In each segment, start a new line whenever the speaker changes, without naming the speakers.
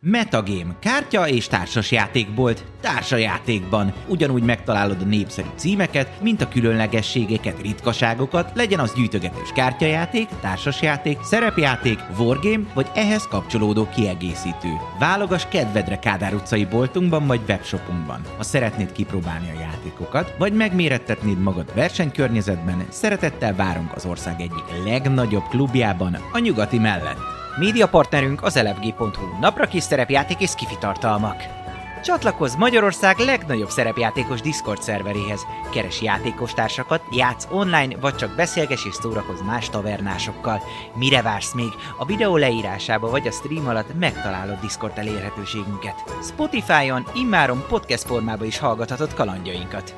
Metagame kártya és társasjátékbolt társajátékban. Ugyanúgy megtalálod a népszerű címeket, mint a különlegességeket, ritkaságokat, legyen az gyűjtögetős kártyajáték, társasjáték, szerepjáték, wargame vagy ehhez kapcsolódó kiegészítő. Válogass kedvedre Kádár utcai boltunkban vagy webshopunkban. Ha szeretnéd kipróbálni a játékokat, vagy megmérettetnéd magad versenykörnyezetben, szeretettel várunk az ország egyik legnagyobb klubjában, a nyugati mellett.
Média partnerünk az elefg.hu, napra kis szerepjáték és skifi tartalmak. Csatlakozz Magyarország legnagyobb szerepjátékos Discord szerveréhez. Keres játékostársakat, játsz online, vagy csak beszélges és szórakozz más tavernásokkal. Mire vársz még? A videó leírásába vagy a stream alatt megtalálod Discord elérhetőségünket. Spotify-on immáron podcast formába is hallgathatod kalandjainkat.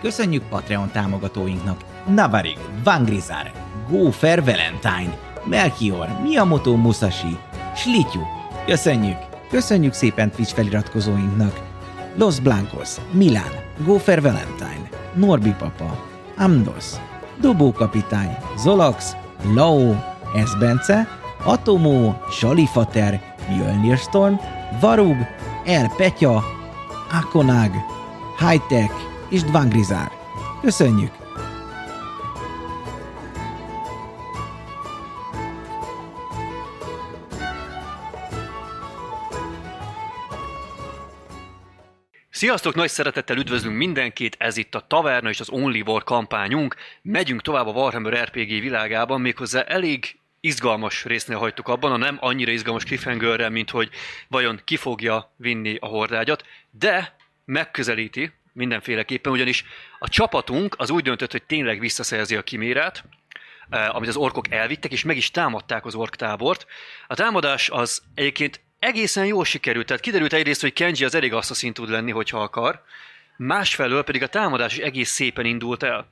Köszönjük Patreon támogatóinknak! Navarig, Vangrizar, Gófer Valentine, Melchior, Miyamoto Musashi, Slityu. Köszönjük! Köszönjük szépen Twitch feliratkozóinknak! Los Blancos, Milán, Gófer Valentine, Norbi Papa, Amdos, Dobó Kapitány, Zolax, Lao, Esbence, Atomó, Salifater, Mjölnir Storm, Varug, El Petya, Akonag, Hightech és Dvangrizár. Köszönjük!
Sziasztok, nagy szeretettel üdvözlünk mindenkit, ez itt a Taverna és az Only War kampányunk. Megyünk tovább a Warhammer RPG világában, méghozzá elég izgalmas résznél hagytuk abban, a nem annyira izgalmas cliffhangerrel, mint hogy vajon ki fogja vinni a hordágyat, de megközelíti mindenféleképpen, ugyanis a csapatunk az úgy döntött, hogy tényleg visszaszerzi a kimérát, eh, amit az orkok elvittek, és meg is támadták az orktábort. A támadás az egyébként egészen jól sikerült. Tehát kiderült egyrészt, hogy Kenji az elég asszaszín tud lenni, hogyha akar, másfelől pedig a támadás is egész szépen indult el.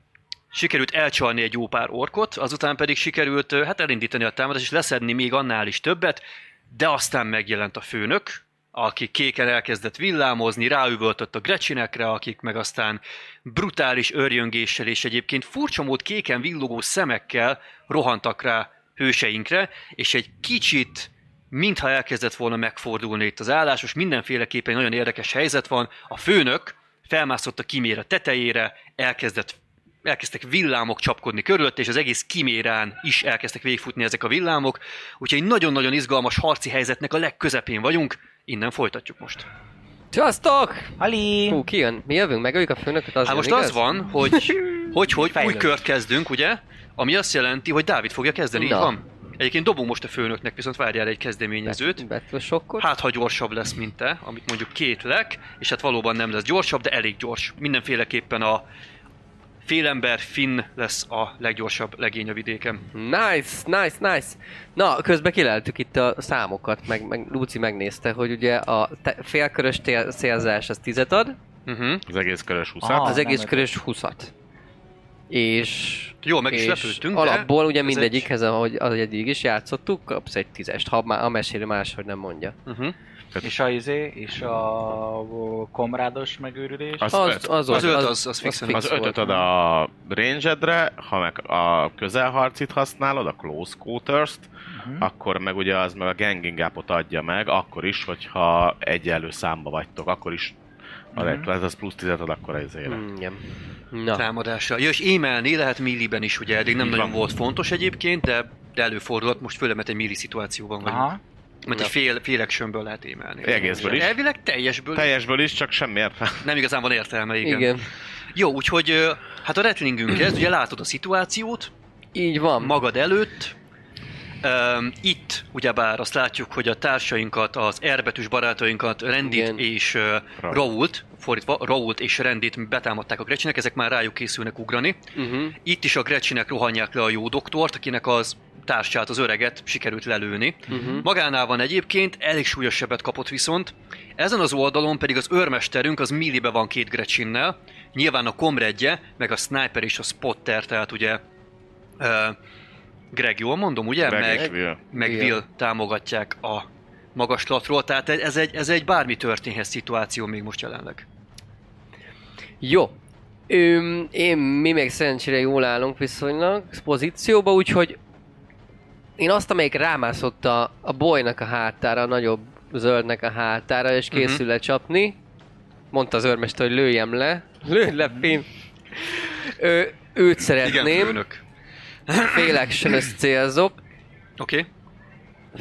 Sikerült elcsalni egy jó pár orkot, azután pedig sikerült ö, hát elindítani a támadást és leszedni még annál is többet, de aztán megjelent a főnök, aki kéken elkezdett villámozni, ráüvöltött a grecsinekre, akik meg aztán brutális örjöngéssel és egyébként furcsa mód kéken villogó szemekkel rohantak rá hőseinkre, és egy kicsit mintha elkezdett volna megfordulni itt az állás, most mindenféleképpen egy nagyon érdekes helyzet van. A főnök felmászott a kimére tetejére, elkezdett elkezdtek villámok csapkodni körülött, és az egész kimérán is elkezdtek végfutni ezek a villámok, úgyhogy egy nagyon-nagyon izgalmas harci helyzetnek a legközepén vagyunk, innen folytatjuk most.
Sziasztok!
Hali!
Hú, kijön. Mi jövünk, megöljük a főnököt,
Hát
az jön,
most
igaz?
az van, hogy, hogy, hogy új
Fejlődés.
kört kezdünk, ugye? Ami azt jelenti, hogy Dávid fogja kezdeni, így
Na.
van? Egyébként dobunk most a főnöknek, viszont várjál egy kezdeményezőt.
Battle sokkot.
Hát, ha gyorsabb lesz, mint te, amit mondjuk két lek, és hát valóban nem lesz gyorsabb, de elég gyors. Mindenféleképpen a félember Finn lesz a leggyorsabb legény a vidéken.
Nice, nice, nice. Na, közben kileltük itt a számokat, meg, meg Luci megnézte, hogy ugye a te- félkörös tél- szélzás az tizet ad,
Uh-huh.
Az egész körös
Ah,
húszát.
az
nem
egész
öt.
körös 20 És
Jó, meg is
és
lepődtünk,
Alapból
de
ugye
ez
mindegyikhez, ahogy az eddig is játszottuk, kapsz egy tízest, ha már a mesélő máshogy nem mondja.
Egy... Uh-huh.
És
És a izé, és a komrádos megőrülés.
Az,
Az,
öt.
az,
Az öt, az- az fixen.
fix
az ötöt
volt.
ad a range ha meg a közelharcit használod, a close quarters
Mhm.
uh-huh. akkor meg ugye az meg a ganging upot adja meg, akkor is, hogyha egyenlő számba vagytok, akkor is ha
Mhm.
uh-huh. ez az plusz tizet ad, akkor ez ére.
Mm, Igen. Na,
támadással. Ja, és émelni lehet milliben is, ugye eddig nem
Így
nagyon
van.
volt fontos egyébként, de, de előfordulhat most főleg, mert egy milli szituációban vagyunk. Aha.
Aha.
Mert egy
Ja.
fél, fél actionből lehet émelni.
Egészből is.
Elvileg teljesből.
Teljesből is, csak semmi értelme.
nem igazán van értelme, igen.
igen.
igen.
igen.
Jó, úgyhogy ö, hát a retlingünk kezd, ugye látod a szituációt,
Így van.
magad előtt. Um, itt ugyebár azt látjuk, hogy a társainkat, az erbetűs barátainkat, Rendit Igen.
Igen.
és uh,
Raul.
Rault, fordítva, Rault és Rendit betámadták a Grecsinek, ezek már rájuk készülnek ugrani.
Uh-huh.
Itt is a Grecsinek rohanják le a jó doktort, akinek az társát, az öreget sikerült lelőni.
Mhm.
Magánál van egyébként, elég súlyos sebet kapott viszont. Ezen az oldalon pedig az őrmesterünk az millibe van két Grecsinnel. Nyilván a komredje, meg a sniper és a spotter, tehát ugye... Uh, Greg, jól mondom, ugye?
Meg,
meg,
meg,
meg
Igen.
Will támogatják a magaslatról, tehát ez egy, ez egy bármi történhet szituáció még most jelenleg.
Jó. Öm, én, mi még szerencsére jól állunk viszonylag pozícióba, úgyhogy én azt, amelyik rámászott a, a bolynak a hátára, a nagyobb zöldnek a hátára, és készül
Uh-huh.
lecsapni. Mondta az őrmester, hogy lőjem le. Lőj le, Finn! Ő, őt
Igen,
szeretném,
főnök.
fél actionös célzok,
Oké, okay.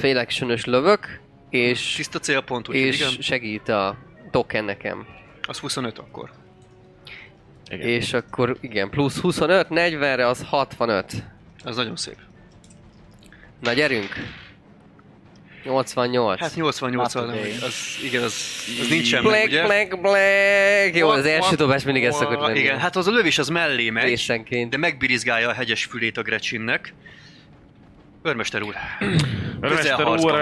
fél actionös lövök, és,
tiszta célpont, úgyhogy
és
igen,
segít a token nekem.
az 25 akkor.
Igen.
És akkor igen, plusz 25, 40-re az 65.
Ez nagyon szép.
Na gyerünk! 88.
Hát 88 al nem,
Látod én.
az, igen, az, az nincsen meg,
Black,
ugye?
black, black! Jó, az első dobás mindig ez szokott lenni.
Igen, hát az a lövés az mellé megy,
Részenként.
de megbirizgálja a hegyes fülét a Grecsinnek. Örmester úr,
Örmester úr,
harcban.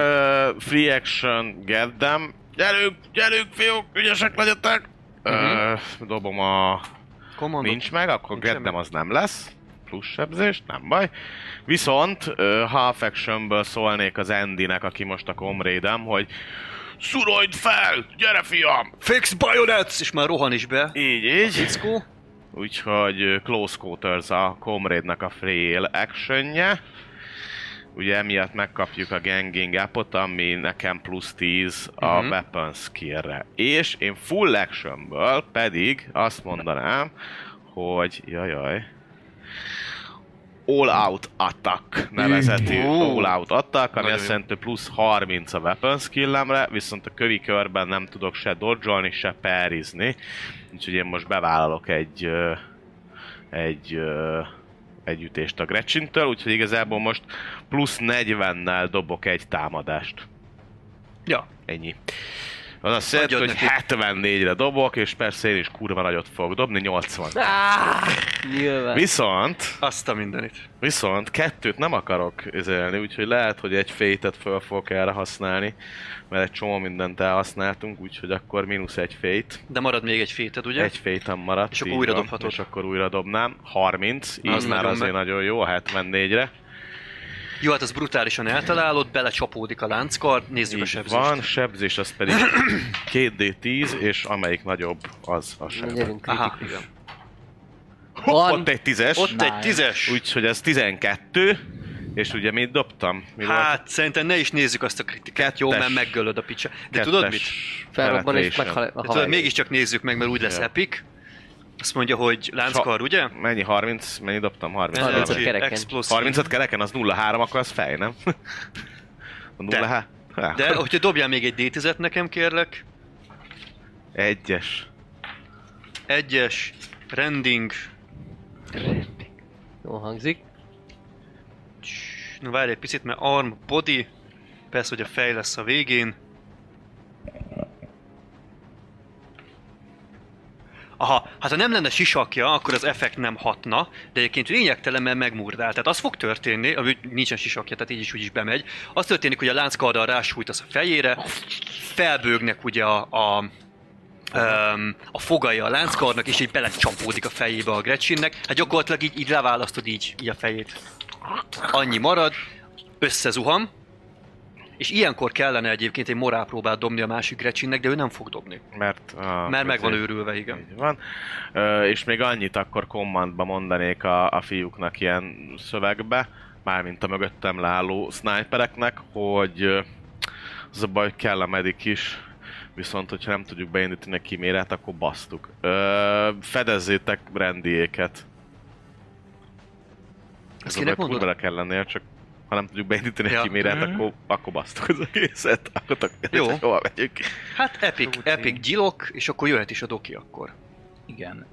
uh, free action, get them. Gyerünk, gyerünk, fiúk, ügyesek legyetek!
Mhm.
Uh-huh. Uh, dobom a...
komando.
Nincs meg, akkor
Nincs
get
semmi.
them az nem lesz. Plusz sebzés, nem baj. Viszont uh, half actionből szólnék az Andynek, aki most a komrédem, hogy Szurojd fel! Gyere, fiam!
Fix bajonetsz! És már rohan is be.
Így, így.
Fickó.
Úgyhogy ö, Close Quarters a comrade a fail actionje. Ugye emiatt megkapjuk a ganging appot, ami nekem plusz 10 a uh-huh. weapon skillre. És én full actionből pedig azt mondanám, hogy jajaj, All Out Attack nevezetű
Ú.
All Out Attack, ami
Nagyon
azt
jó.
jelenti hogy plusz 30 a weapon skillemre, viszont a kövi körben nem tudok se dodge se perizni, úgyhogy én most bevállalok egy ö, egy ö, egy ütést a Grecsintől, úgyhogy igazából most plusz 40-nel dobok egy támadást.
Ja,
Ennyi. Az azt jelenti,
Adjad
hogy
neki.
74-re dobok, és persze én is kurva nagyot fogok dobni, 80.
Ah, nyilván.
Viszont
azt a mindenit.
Viszont kettőt nem akarok üzelni, úgyhogy lehet, hogy egy fétet föl fogok erre használni, mert egy csomó mindent elhasználtunk, úgyhogy akkor mínusz egy fét.
De marad még egy féted, ugye?
Ugye? Egy fétem maradt.
És akkor
így
újra
van,
dobhatod.
És akkor újra dobnám. 30, így
Az
az már
nagyon
azért
me-
nagyon jó, a 74-re.
Jó, hát az brutálisan eltalálod, belecsapódik a lánckard, nézzük a
Így
sebzést.
van, sebzés az pedig 2D10, és amelyik nagyobb, az a
Na,
sebzés.
Gyerünk,
Aha,
kritikus.
igen.
Van.
Ott egy 10-es,
Ott
Nice.
egy tízes.
úgyhogy ez 12, és ugye mit dobtam? Mi volt?
Hát, szerintem ne is nézzük azt a kritikát, jó,
Kettes.
mert meggölöd a picsa. De
Kettes
tudod mit?
Felrobban és
penetration.
meghal a
De tudod,
haj.
mégiscsak nézzük meg, mert úgy lesz
Ja.
epic. Azt mondja, hogy lánckar,
Sa-
ugye?
Mennyi? 30? Mennyi dobtam? 30.
30 -et
valami.
kereken.
Explosive.
35 kereken, az 0-3, akkor az fej, nem? A 0 3
De, hogyha dobjál még egy D10-et nekem, kérlek.
Egyes.
Egyes, rending.
Jó hangzik.
Na várj egy picit, mert arm, body. Persze, hogy a fej lesz a végén. Aha, hát ha nem lenne sisakja, akkor az effekt nem hatna, de egyébként lényegtelen, mert megmurdál. Tehát az fog történni, ami nincsen sisakja, tehát így is úgy is bemegy. Az történik, hogy a lánckarddal rásújtasz a fejére, felbőgnek ugye a, a öm, a fogai a lánckarnak, és így belecsapódik a fejébe a Gretchennek. Hát gyakorlatilag így, így leválasztod így, így a fejét. Annyi marad, összezuham, és ilyenkor kellene egyébként egy morálpróbát dobni a másik Gretchennek, de ő nem fog dobni.
Mert, a,
Mert meg van
azért-
őrülve, igen.
Így van. Ö, és még annyit akkor kommandba mondanék a, a fiúknak ilyen szövegbe, mármint a mögöttem leálló snipereknek, hogy ö, az a baj, hogy kell a medik is, viszont hogyha nem tudjuk beindítani a kimérát, akkor basztuk. Ö, fedezzétek rendiéket.
Ezt
Ez a
kinek
baj,
mondod?
kurvára kell lennél, csak ha nem tudjuk beindítani
Ja.
a kimérát, akkor, akkor basztuk az egészet. Akkor tök,
Jó.
Hova megyünk?
Hát epic, epic gyilok, és akkor jöhet is a doki akkor.
Igen.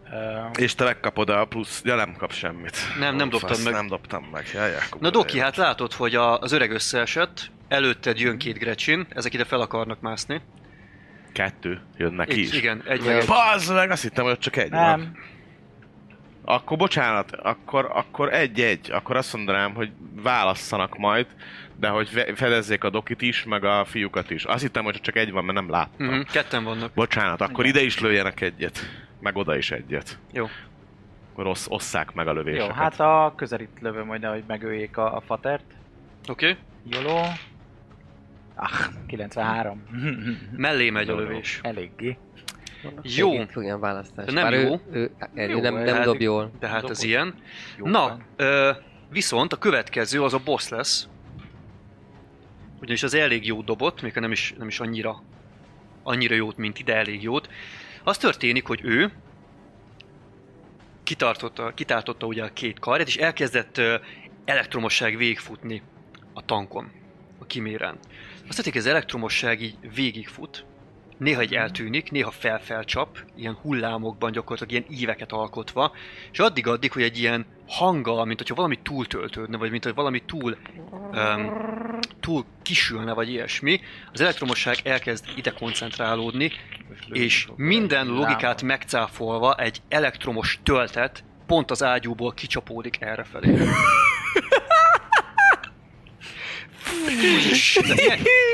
Ö,
És te megkapod a plusz, ja nem kap semmit.
Nem, nem
Ó,
dobtam
fasz,
meg.
Nem dobtam meg, ja, ja,
Na
kurva
doki,
jó.
hát látod, hogy a, az öreg összeesett, előtted jön két Gretchen, ezek ide fel akarnak mászni.
Kettő jönnek
Itt,
is.
igen, egy meg egy.
Bazd meg, azt hittem, hogy ott csak egy van.
nem.
Akkor bocsánat, akkor, akkor egy-egy, akkor azt mondanám, hogy válasszanak majd, de hogy ve- fedezzék a dokit is, meg a fiúkat is. Azt hittem, hogy csak egy van, mert nem láttam.
Mhm, ketten vannak.
Bocsánat, akkor ide is lőjenek egyet, meg oda is egyet.
Jó.
Akkor ossz, osszák meg a lövéseket.
Jó, hát a közelít lövöm majd, hogy megöljék a, a fatert.
Oké. Okay.
Joló. Ah, 93.
Mellé megy a
Mhm. Jó, jó.
lövés.
Eléggé.
Jó.
Egy Olyan választás.
De nem
Bár
jó.
Ő, ő, ő,
Jó,
nem, nem
hát-
dob jól.
De hát ez
Dobott.
ilyen.
Jó
Na,
van.
ö, viszont a következő az a boss lesz. ugyanis az elég jó dobott, még ha nem is, nem is annyira, annyira jót, mint ide elég jót. Az történik, hogy ő kitartotta, kitártotta ugye a két karját, és elkezdett ö, elektromosság végfutni a tankon, a kimérán. Azt tették, az elektromosság így végigfut, néha egy eltűnik, néha felfelcsap, ilyen hullámokban gyakorlatilag ilyen íveket alkotva, és addig-addig, hogy egy ilyen hanggal, mint hogyha valami túltöltődne, vagy mint hogy valami túl, um, túl kisülne, vagy ilyesmi, az elektromosság elkezd ide koncentrálódni, és minden logikát megcáfolva egy elektromos töltet pont az ágyúból kicsapódik errefelé. Ilyen-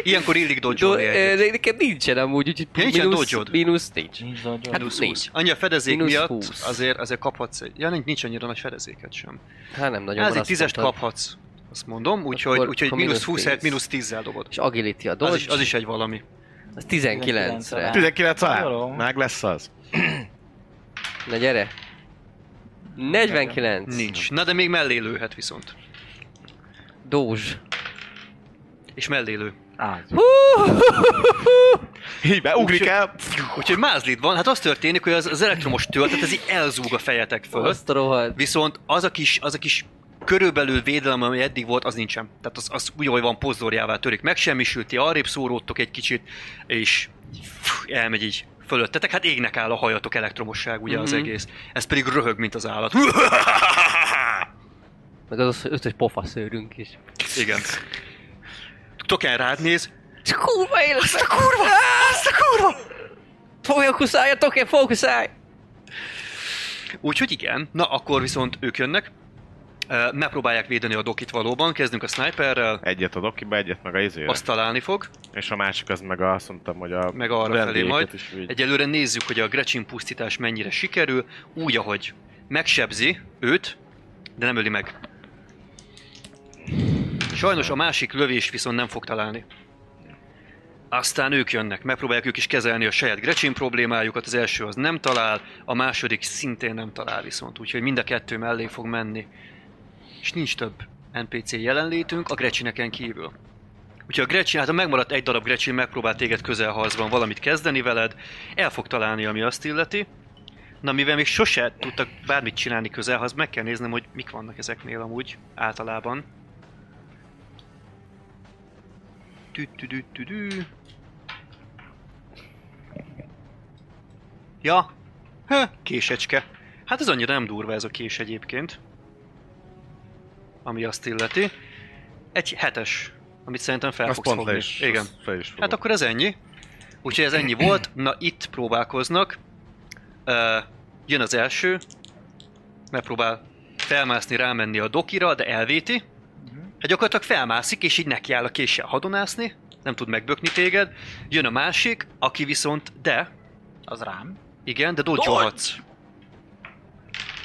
Ilyenkor illik
Do,
dodge
ö, de neked nincsen amúgy, úgyhogy
Ja, nincsen
mínusz,
dodge-od.
mínusz nincs.
Nincs dodge
Hát
Mínusz
nincs.
20. Annyi a fedezék
Mínusz
miatt
20.
azért, azért kaphatsz egy... Ja, nincs, nincs annyira nagy fedezéket sem.
Hát nem nagyon
Hát
van,
egy
azt
tízest
mondtad.
kaphatsz, azt mondom, úgyhogy,
Akkor-
úgyhogy
akkor
mínusz
mínusz
20 helyett
10.
mínusz 10-zel dobod.
És agility a dodge,
Az is, az is egy valami.
az 19
19-re.
re
19 alá?
Jó.
Meg lesz az.
Na gyere. 49.
Nincs. Na de még mellélőhet viszont.
Dózs.
És mellélő.
Így be, ugrik el.
Úgyhogy mázlid van, hát az történik, hogy az, az elektromos töltet, ez így elzúg a fejetek fölött.
Azt a rohadt.
Viszont az a kis, az a kis körülbelül védelem, ami eddig volt, az nincsen. Tehát az, az úgy, ahogy van, pozdorjává törik. Megsemmisült, ti arrébb szóródtok egy kicsit, és fú, elmegy így fölöttetek. Hát égnek áll a hajatok elektromosság, ugye az
Mhm.
egész. Ez pedig röhög, mint az állat.
Meg az az, hogy ötös pofaszőrünk is.
Igen. Token rád néz,
Csak kurva élet! Azt a kurva! Azt a kurva! Fókuszáljatok, én fókuszálj!
úgyhogy igen. Na, akkor viszont ők jönnek. Ö, Megpróbálják védeni a dokit valóban, kezdünk a sniperrel,
Egyet adok kibe, egyet meg a izére.
azt találni fog.
És a másik az meg a, azt mondtam, hogy a
Meg arra
vendégeket
felé majd.
Is így.
Egyelőre nézzük, hogy a Gretchen pusztítás mennyire sikerül, úgy, ahogy megsebzi őt, de nem öli meg. Sajnos a másik lövés viszont nem fog találni. Aztán ők jönnek, megpróbálják ők is kezelni a saját Gretchen problémájukat, az első az nem talál, a második szintén nem talál viszont, úgyhogy mind a kettő mellé fog menni. És nincs több NPC jelenlétünk a Gretcheneken kívül. Úgyhogy a Gretchen, hát ha megmaradt egy darab Gretchen, megpróbál téged közelharcban valamit kezdeni veled, el fog találni, ami azt illeti. Na, mivel még sose tudtak bármit csinálni közelharcban, meg kell néznem, hogy mik vannak ezeknél amúgy általában. Tü-tü-tü-tü-tü. Ja, Hö, késecske. Hát ez annyira nem durva ez a kés egyébként. Ami azt illeti. Egy hetes, amit szerintem fel
Azt
fogsz
pont le
fogni.
is,
Igen.
azt Fel is fogom.
Hát akkor ez ennyi. Úgyhogy ez ennyi volt. Na itt próbálkoznak. Ö, jön az első. Megpróbál felmászni, rámenni a dokira, de elvéti.
Mhm.
Hát gyakorlatilag felmászik, és így nekiáll a késsel hadonászni. Nem tud megbökni téged. Jön a másik, aki viszont de...
Az rám.
Igen, de dodgyolhatsz.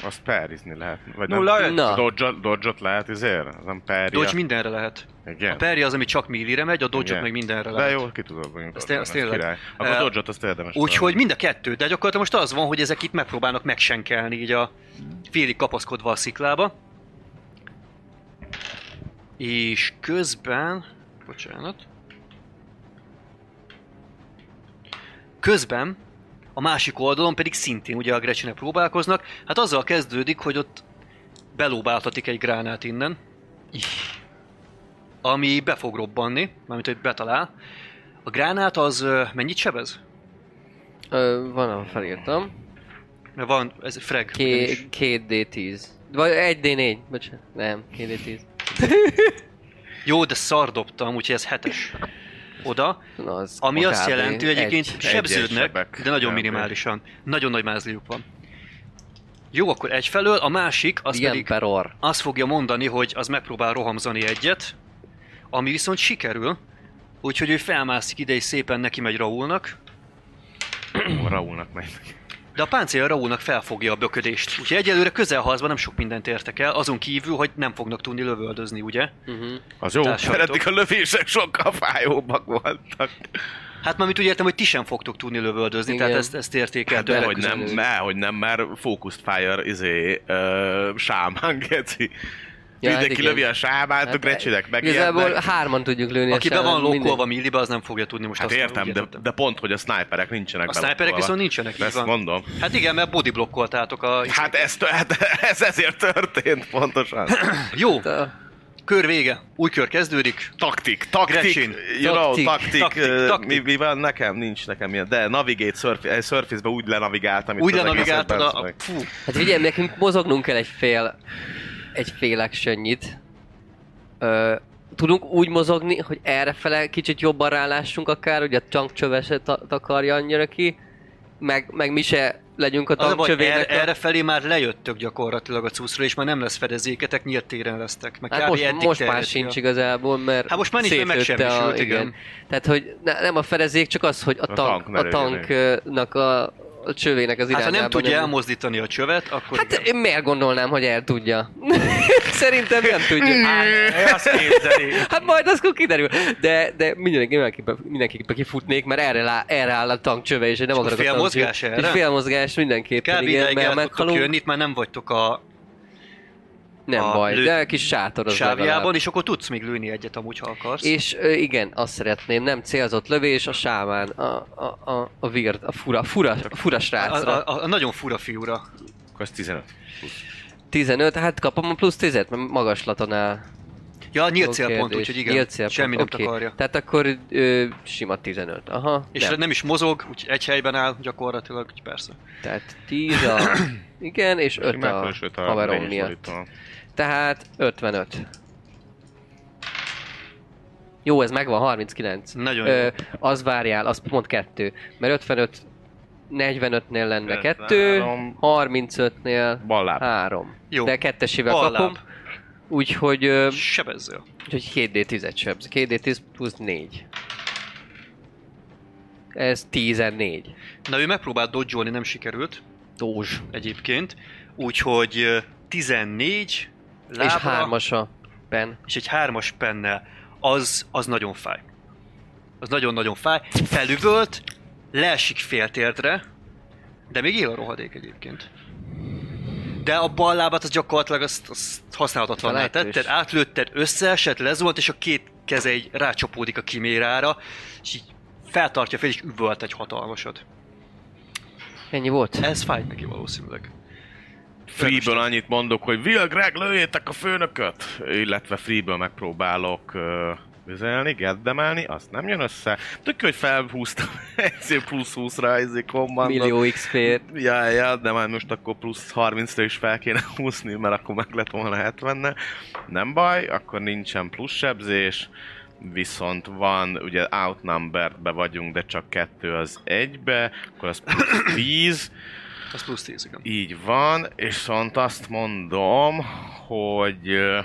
Azt párizni lehet. Vagy
Nulla
nem?
öt.
Na.
Dodge-ot, dodge-ot lehet izére? Az nem pária.
Dodge mindenre lehet. A
Igen.
perry az, ami csak millire megy, a dodge
Igen.
meg mindenre
De
lehet.
jó, ki tudod, hogy
Azt
dodge
tény-
az
azt tényleg.
király. Akkor
Eh,
dodge-ot azt érdemes.
Úgyhogy mind a kettő, de gyakorlatilag most az van, hogy ezek itt megpróbálnak megsenkelni így a félig kapaszkodva a sziklába. És közben... Bocsánat. Közben a másik oldalon pedig szintén ugye a Gretchenek próbálkoznak. Hát azzal kezdődik, hogy ott belóbáltatik egy gránát innen. Ami be fog robbanni, mármint hogy betalál. A gránát az ö, mennyit sebez?
Ö, van, ahol felírtam.
Mert van, ez frag. ugyanis.
Ké- Két D10. Vagy egy D4, bocsánat. Nem, két D10.
Jó, de szar dobtam, úgyhogy ez hetes. Oda,
Na, az
ami azt
kb.
jelenti, hogy egyébként
egy.
sebződnek,
Egyesebbek.
de nagyon
Nem,
minimálisan. Nagyon nagy mázliuk van. Jó, akkor egyfelől, a másik az
Ilyen
pedig
per orr.
azt fogja mondani, hogy az megpróbál rohamzani egyet, ami viszont sikerül, úgyhogy ő felmászik ide és szépen neki megy Raúlnak,
Raúlnak megy.
de a páncél Raúlnak felfogja a böködést. Úgyhogy egyelőre közelharcban nem sok mindent értek el, azon kívül, hogy nem fognak tudni lövöldözni, ugye?
Uh-huh.
Az jó, mert
Társadalom.
eddig a lövések sokkal fájóbbak voltak.
Hát már mint úgy értem, hogy ti sem fogtok tudni lövöldözni,
Igen.
tehát ezt, ezt
Hát
értékeltő
de hogy nem,
legközelebb.
ne, hogy nem, mert Focused Fire izé, ö, sámán, geci. Ja, Mindenki
igen.
lövi a sámát, a
Hát,
grecsidek megijednek.
Hát Igazából hárman tudjuk lőni.
Aki
és
be van
minden-
lokkolva millibe, az nem fogja tudni most
Hát
azt
értem,
úgy
de,
értettem.
de pont, hogy a sniperek nincsenek
A sniperek
belokkolva.
viszont nincsenek, így
Ezt
van.
mondom.
Hát igen, mert body blokkoltátok a...
Hát ez, tö- hát ez ezért történt pontosan.
Jó,
A-
kör vége. Új kör kezdődik.
Taktik, taktik,
Grecsin.
you know,
Taktik,
taktik,
taktik,
ö,
taktik.
Mi, mi van? Nekem nincs, nekem ilyen, de navigate, surf, eh, surface-be úgy lenavigáltam. itt
Úgy
az
lenavigáltad
egészet,
a... a
bazd
fú,
Hát figyelj, nekünk mozognunk kell egy fél, egy fél actionnyit. Ö, tudunk úgy mozogni, hogy errefele kicsit jobban rálássunk akár, hogy a tankcsöveset ta- takarja annyira ki, meg, meg mi se legyünk a
az a baj, erre,
tankcsövének. a-
erre felé már lejöttök gyakorlatilag a cuszra, és már nem lesz fedezéketek, nyílt téren lesztek. Meg
Hát
kb.
most,
eddig
most már
terjedt ki a-
sincs igazából, mert
Hát most már nincs, mert
szétlőtte
megsemmisült,
a-
igen.
Tehát, hogy ne, nem a fedezék, csak az, hogy a,
A
tank,
tank
a
merőjön,
tanknak a, a csövének az
Hát ha
irányába.
nem tudja
nyomul.
elmozdítani a csövet, akkor...
Hát
igen.
én miért gondolnám, hogy el tudja? Szerintem nem tudja.
Ő azt képzeli.
Hát majd az akkor kiderül. De, de mindenki, mindenképpen, mindenképpen kifutnék, mert erre, lá, erre áll a tankcsöve, és én nem
És
akarok
akkor
a
félmozgás
tankcsövet.
erre?
És félmozgás mindenképpen,
Kb.
igen,
ideig
mert
el tudtok
meghalunk.
jönni, itt már nem vagytok a
Nem
a
baj,
lő-
de kis sátor az
sávjában,
legalább.
és akkor tudsz még lőni egyet amúgy, ha akarsz.
És ö, igen, azt szeretném, nem célzott lövés, a sámán, a, a, a, a vird, a fura, fura, a fura
a,
srácra.
a, a, a nagyon fura fiúra.
meg. Akkor ez 15.
15, hát kapom a plusz 10 mert magaslaton áll.
Ja, nyílt
Jó
célpont,
kérdés.
úgyhogy igen,
Nyílt célpont,
semmi nem
oké.
takarja.
Tehát akkor ö, sima 15, aha.
És nem. nem is mozog, úgy egy helyben áll gyakorlatilag, úgy persze.
Tehát 10 a... Igen, és 5
Már akkor
a
is öt
haverom
lényes
miatt.
fordító.
Tehát 55. Jó, ez megvan, 39.
Nagyon
Ö,
jó.
az várjál, az pont 2. Mert 55, 45-nél lenne 2,
53.
35-nél
Balláb.
3.
Jó.
De kettesével
Balláb.
kapom. Úgyhogy, ö,
Sebezzél.
úgyhogy 2D10-et sebz. 2D10 plusz 4. Ez 14.
Na ő megpróbált dodzsolni, nem sikerült
Dózs.
egyébként. Úgyhogy ö, 14 lábra,
És hármas a pen.
és egy hármas pennel. Az, az nagyon fáj. Az nagyon-nagyon fáj. Felüvölt, leesik féltértre, de még él a rohadék egyébként. De a bal lábát az gyakorlatilag azt, azt használhatatlaná
Felejtős.
tetted, átlőtted, összeesett, lezuhant, és a két keze így rácsapódik a kimérára, és így feltartja fel, és üvölt egy hatalmasat.
Ennyi volt?
Ez fájt neki valószínűleg.
Freeből annyit mondok, hogy Will, Greg, lőjétek a főnököt! Illetve Freeből megpróbálok ö, üzelni, geddemelni, azt nem jön össze. Tök, jó, hogy felhúztam egy plusz 20-ra, ezért kommandot.
Millió XP-t.
Ja, ja, de már most akkor plusz 30-ra is fel kéne húzni, mert akkor meg lett volna 70 Nem baj, akkor nincsen plusz sebzés, viszont van, ugye outnumbered be vagyunk, de csak kettő az egybe, akkor az plusz 10,
Ez plusz 10, igen.
így van, és viszont azt mondom, hogy ö,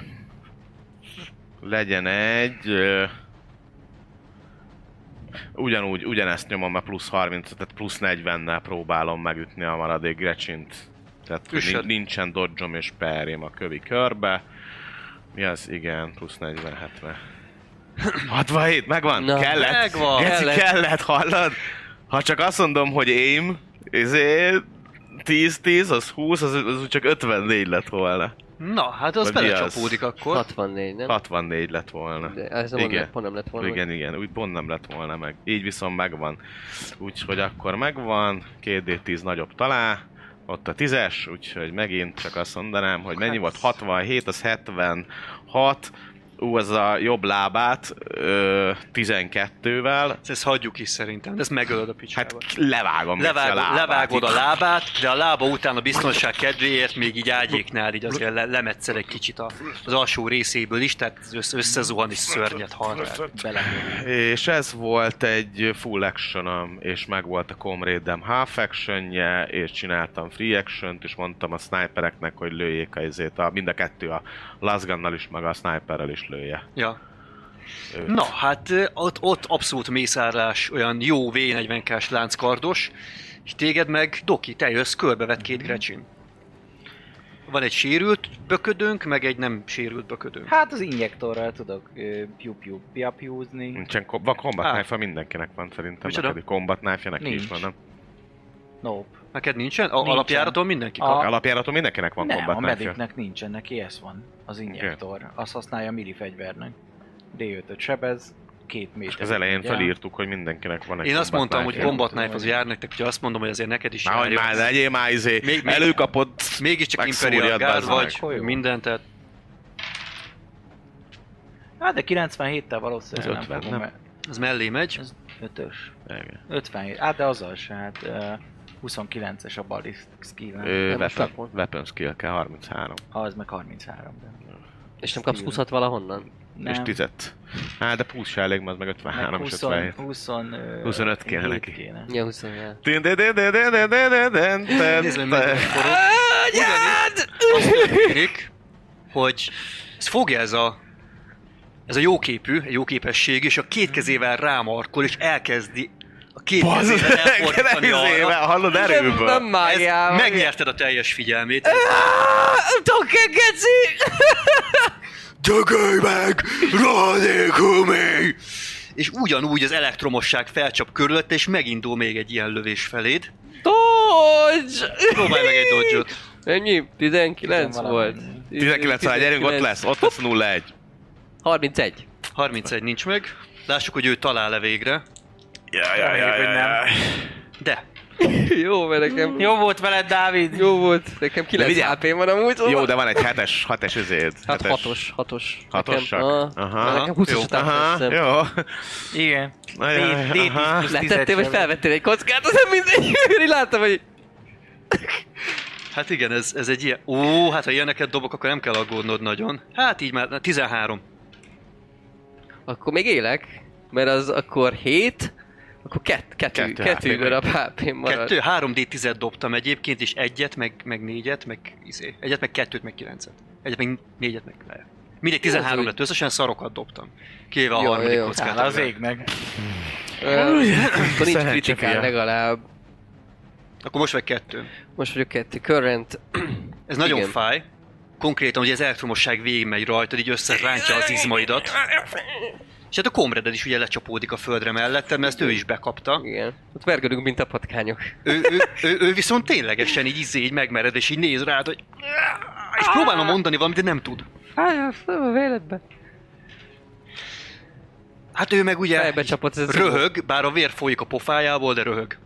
legyen egy... ö, Ugyanúgy, ugyanezt nyomom, mert plusz 30, tehát plusz 40-nel próbálom megütni a maradék grecsint. Tehát hogy
Üssed.
nin- nincsen dodge és perjem a kövi körbe. Mi az? Igen, plusz 40, 70. 67, megvan?
Na.
Kellett?
Megvan.
Geci,
Kellett.
kellett, hallod? Ha csak azt mondom, hogy aim, ezért 10-10, az 20, az, az úgy csak 54 lett volna.
Na, hát az
Vagy mi az?
belecsapódik akkor.
64, nem?
64 lett volna.
De ez nem
Igen.
lett, pont nem lett volna.
Igen, igen, úgy pont nem lett volna meg. Így viszont megvan. Úgyhogy akkor megvan, 2D10 nagyobb talál, ott a 10-es, úgyhogy megint csak azt mondanám, hogy
Hát-
mennyi volt? 67, az 76, ú, az a jobb lábát ö, 12-vel,
Ezt hagyjuk is szerintem, de ezt megölöd a picsába.
hát levágom egyszer
Levágod,
a lábát.
levágod a lábát, de a lába után a biztonság kedvéért még így ágyéknál így azért le, lemetszel egy kicsit a- az alsó részéből is, tehát össze, összezuhan és szörnyet hal rá bele.
És ez volt egy full action és meg volt a Comrade-em half action és csináltam free action és mondtam a snipereknek, hogy lőjék a izét, a, mind a kettő a lasgunnal is, meg a sniperrel is lője.
Ja.
Őt.
Na, hát ö, ott, ott abszolút mészárlás, olyan jó V40-kás lánckardos, és téged meg, Doki, te jössz, körbevet két grecsin. Van egy sérült böködőnk, meg egy nem sérült böködőnk.
Hát az injektorral tudok piu-piu piapjúzni.
Hm. Nincsen, ko- van combat
Á.
knife mindenkinek van szerintem.
Micsoda?
Micsoda? Neked combat knife neki is
Nincs.
van, nem?
Nope.
Neked nincsen? A
Nincsen.
alapjáraton mindenki
A-
kap.
Alapjáraton mindenkinek van
nem, a
combat knife
mediknek nincsen, neki ez van, az injektor. Azt használja a mili fegyvernek. D5-öt sebez, két méter.
Az elején
ugye?
felírtuk, hogy mindenkinek van egy
Én azt
combat
mondtam, hogy
knife-ja.
combat knife az jár nektek, úgyhogy azt mondom, hogy azért neked is
Na, hogy
járjon.
már legyél már izé,
Még- még-
előkapod,
Mégiscsak
Megszúrjad,
Imperial Guard
bazd meg.
vagy,
Akkor jó.
mindent, tehát
Hát de 97-tel valószínűleg
Ez
nem
50,
fogom,
nem?
mert
ez mellé megy.
Ez 5-ös.
Igen.
57. Hát de azzal se, hát uh, 29-es a ballistic skill.
Ö,
De most
weapon,
akkor-
weapon skill kell, 33.
Ha az meg 33. De.
És nem kapsz 20 valahonnan?
Nem.
És 10 Hát de 20 se elég, mert meg 53
meg
és
20,
57.
20,
25 kéne neki.
Kéne.
Ja, 20 jár.
Tin- din- din- din- din- din- din- din- din-
Nézd meg,
din-
megy a korod. Ugyanis azt történik, hogy ez fogja ez a ez a jó képű, egy jó képesség, és a két kezével rámarkol, és elkezdi a két
Bazd
kezével
meg, izé,
elfordítani
nem izével,
arra.
hallod erőből?
Nem
Ez,
mágiával.
megnyerted a teljes figyelmét.
Nem tudok kegeci!
Dögölj meg, rohadékú még!
És ugyanúgy az elektromosság felcsap körülött, és megindul még egy ilyen lövés feléd.
Dodge!
Próbálj meg egy dodge
Ennyi? 19
Tizen
volt.
19 már gyerünk, ott lesz, ott lesz 0-1.
31.
31 nincs meg. Lássuk, hogy ő talál-e végre.
Jaj, jaj, jaj, jaj, jaj.
De.
Jó, mert nekem
Jó volt veled, Dávid!
jó volt. Nekem 9
vigyázz!
hp van amúgy. szóval-
Jó, de van egy 7-es, 6-es izéd.
Hát
hetes-
hatos, hatos.
Hatosak?
Nekem, ah,
Aha.
Nekem 20 as
Aha, jó.
Igen.
Ajaj,
D- D10
aha.
plusz
Letettél, vagy
Tized
felvettél egy kockát, az nem mindegy. Én láttam, hogy
Hát igen, ez, ez egy ilyen... Ó, hát ha ilyeneket dobok, akkor nem kell aggódnod nagyon. Hát így már na, 13.
akkor még élek, mert az akkor 7, akkor kett, kettő,
Kettő
kettő
HP.
darab hp marad.
Kettő, 3D10-et dobtam egyébként, és egyet, meg, meg négyet, meg izé. Egyet, meg kettőt, meg kilencet. Egyet, meg négyet, meg le. Mindegy, 13
úgy.
lett összesen szarokat dobtam. Kivéve a
Jó, Hát,
harmadik
jó.
kockát.
Hála az ég meg.
Ö, Akkor nincs
Szerencse
kritikán
fia.
legalább.
Akkor most vagy kettő.
Most vagyok kettő. Current.
Ez nagyon
Igen.
fáj. Konkrétan, hogy az elektromosság végigmegy rajtad, így összerántja az izmaidat. És hát a komreded is ugye lecsapódik a földre mellette, mert ezt ő is bekapta.
Igen. Ott vergődünk, mint a patkányok.
Ő, ő, ő, ő viszont ténylegesen így izé, így megmered, és így néz rád, hogy... És próbálom mondani valamit, de nem tud.
Állj, a véletbe.
Hát ő meg ugye
Fejbe csapott ez a
röhög, bár a vér folyik a pofájából, de röhög.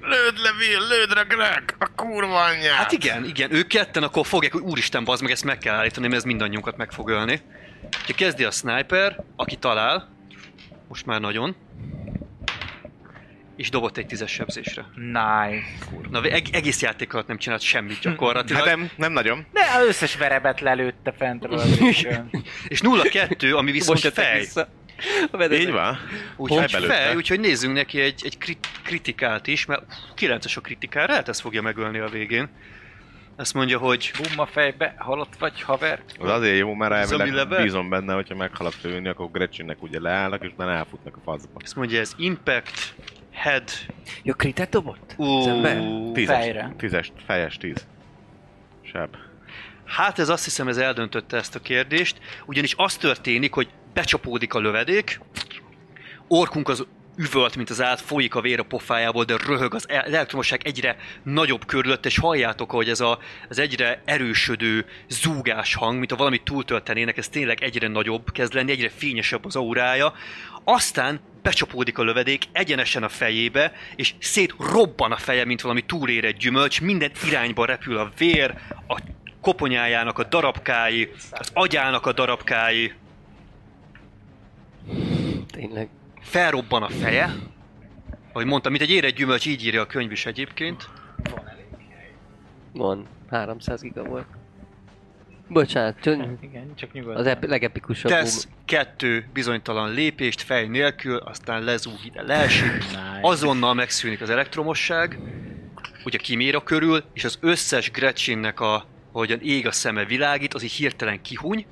Lőd le, Will, lőd le, Greg! A kurva anyját!
Hát igen, igen, ők ketten akkor fogják, hogy úristen, bazd meg, ezt meg kell állítani, mert ez mindannyiunkat meg fog ölni. Úgyhogy kezdi a sniper, aki talál, most már nagyon, és dobott egy tízes sebzésre.
Nice.
Na, eg- egész játék alatt nem csinált semmit gyakorlatilag.
Hát nem, nem nagyon.
De az összes verebet lelőtte fentről. az égön.
És 0-2, ami viszont
Most jöttek
fej.
vissza. A
Így
vezető.
van.
Úgyhogy
Pont belőtte.
fej, úgyhogy nézzünk neki egy, egy krit- kritikát is, mert uff, 9-es a kritikára, hát ezt fogja megölni a végén. Azt mondja, hogy
Bum a fejbe, halott vagy haver.
Az azért jó, mert
Zombie level?
elvileg bízom benne, hogyha meghalak lőni, akkor Gretchennek ugye leállnak, és utána elfutnak a fazba.
Azt mondja, ez Impact, Head,
Jó, kritet dobott? Az ember?
ú,
Fejre.
Tízes, tízes, fejes tíz. Seb.
Hát ez azt hiszem, ez eldöntötte ezt a kérdést, ugyanis az történik, hogy becsapódik a lövedék, orkunk az üvölt, mint az állat, folyik a vér a pofájából, de röhög az el- elektromosság egyre nagyobb körülött, és halljátok, hogy ez a, az egyre erősödő zúgás hang, mint ha valamit túltöltenének, ez tényleg egyre nagyobb kezd lenni, egyre fényesebb az aurája. Aztán becsapódik a lövedék egyenesen a fejébe, és szétrobban a feje, mint valami túlérett gyümölcs, minden irányba repül a vér, a koponyájának a darabkái, az agyának a darabkái,
Tényleg.
felrobban a feje, ahogy mondtam, mint egy érett gyümölcs, így írja a könyv is egyébként.
Van. 300 giga volt. Bocsánat, csöny.
Igen, csak
Az
nyugodtan.
ep- legepikusabb.
Tesz kettő bizonytalan lépést fej nélkül, aztán lezúg ide, leesik, azonnal megszűnik az elektromosság, ugye kimér a körül, és az összes Gretchennek a, ahogyan ég a szeme világít, az így hirtelen kihuny.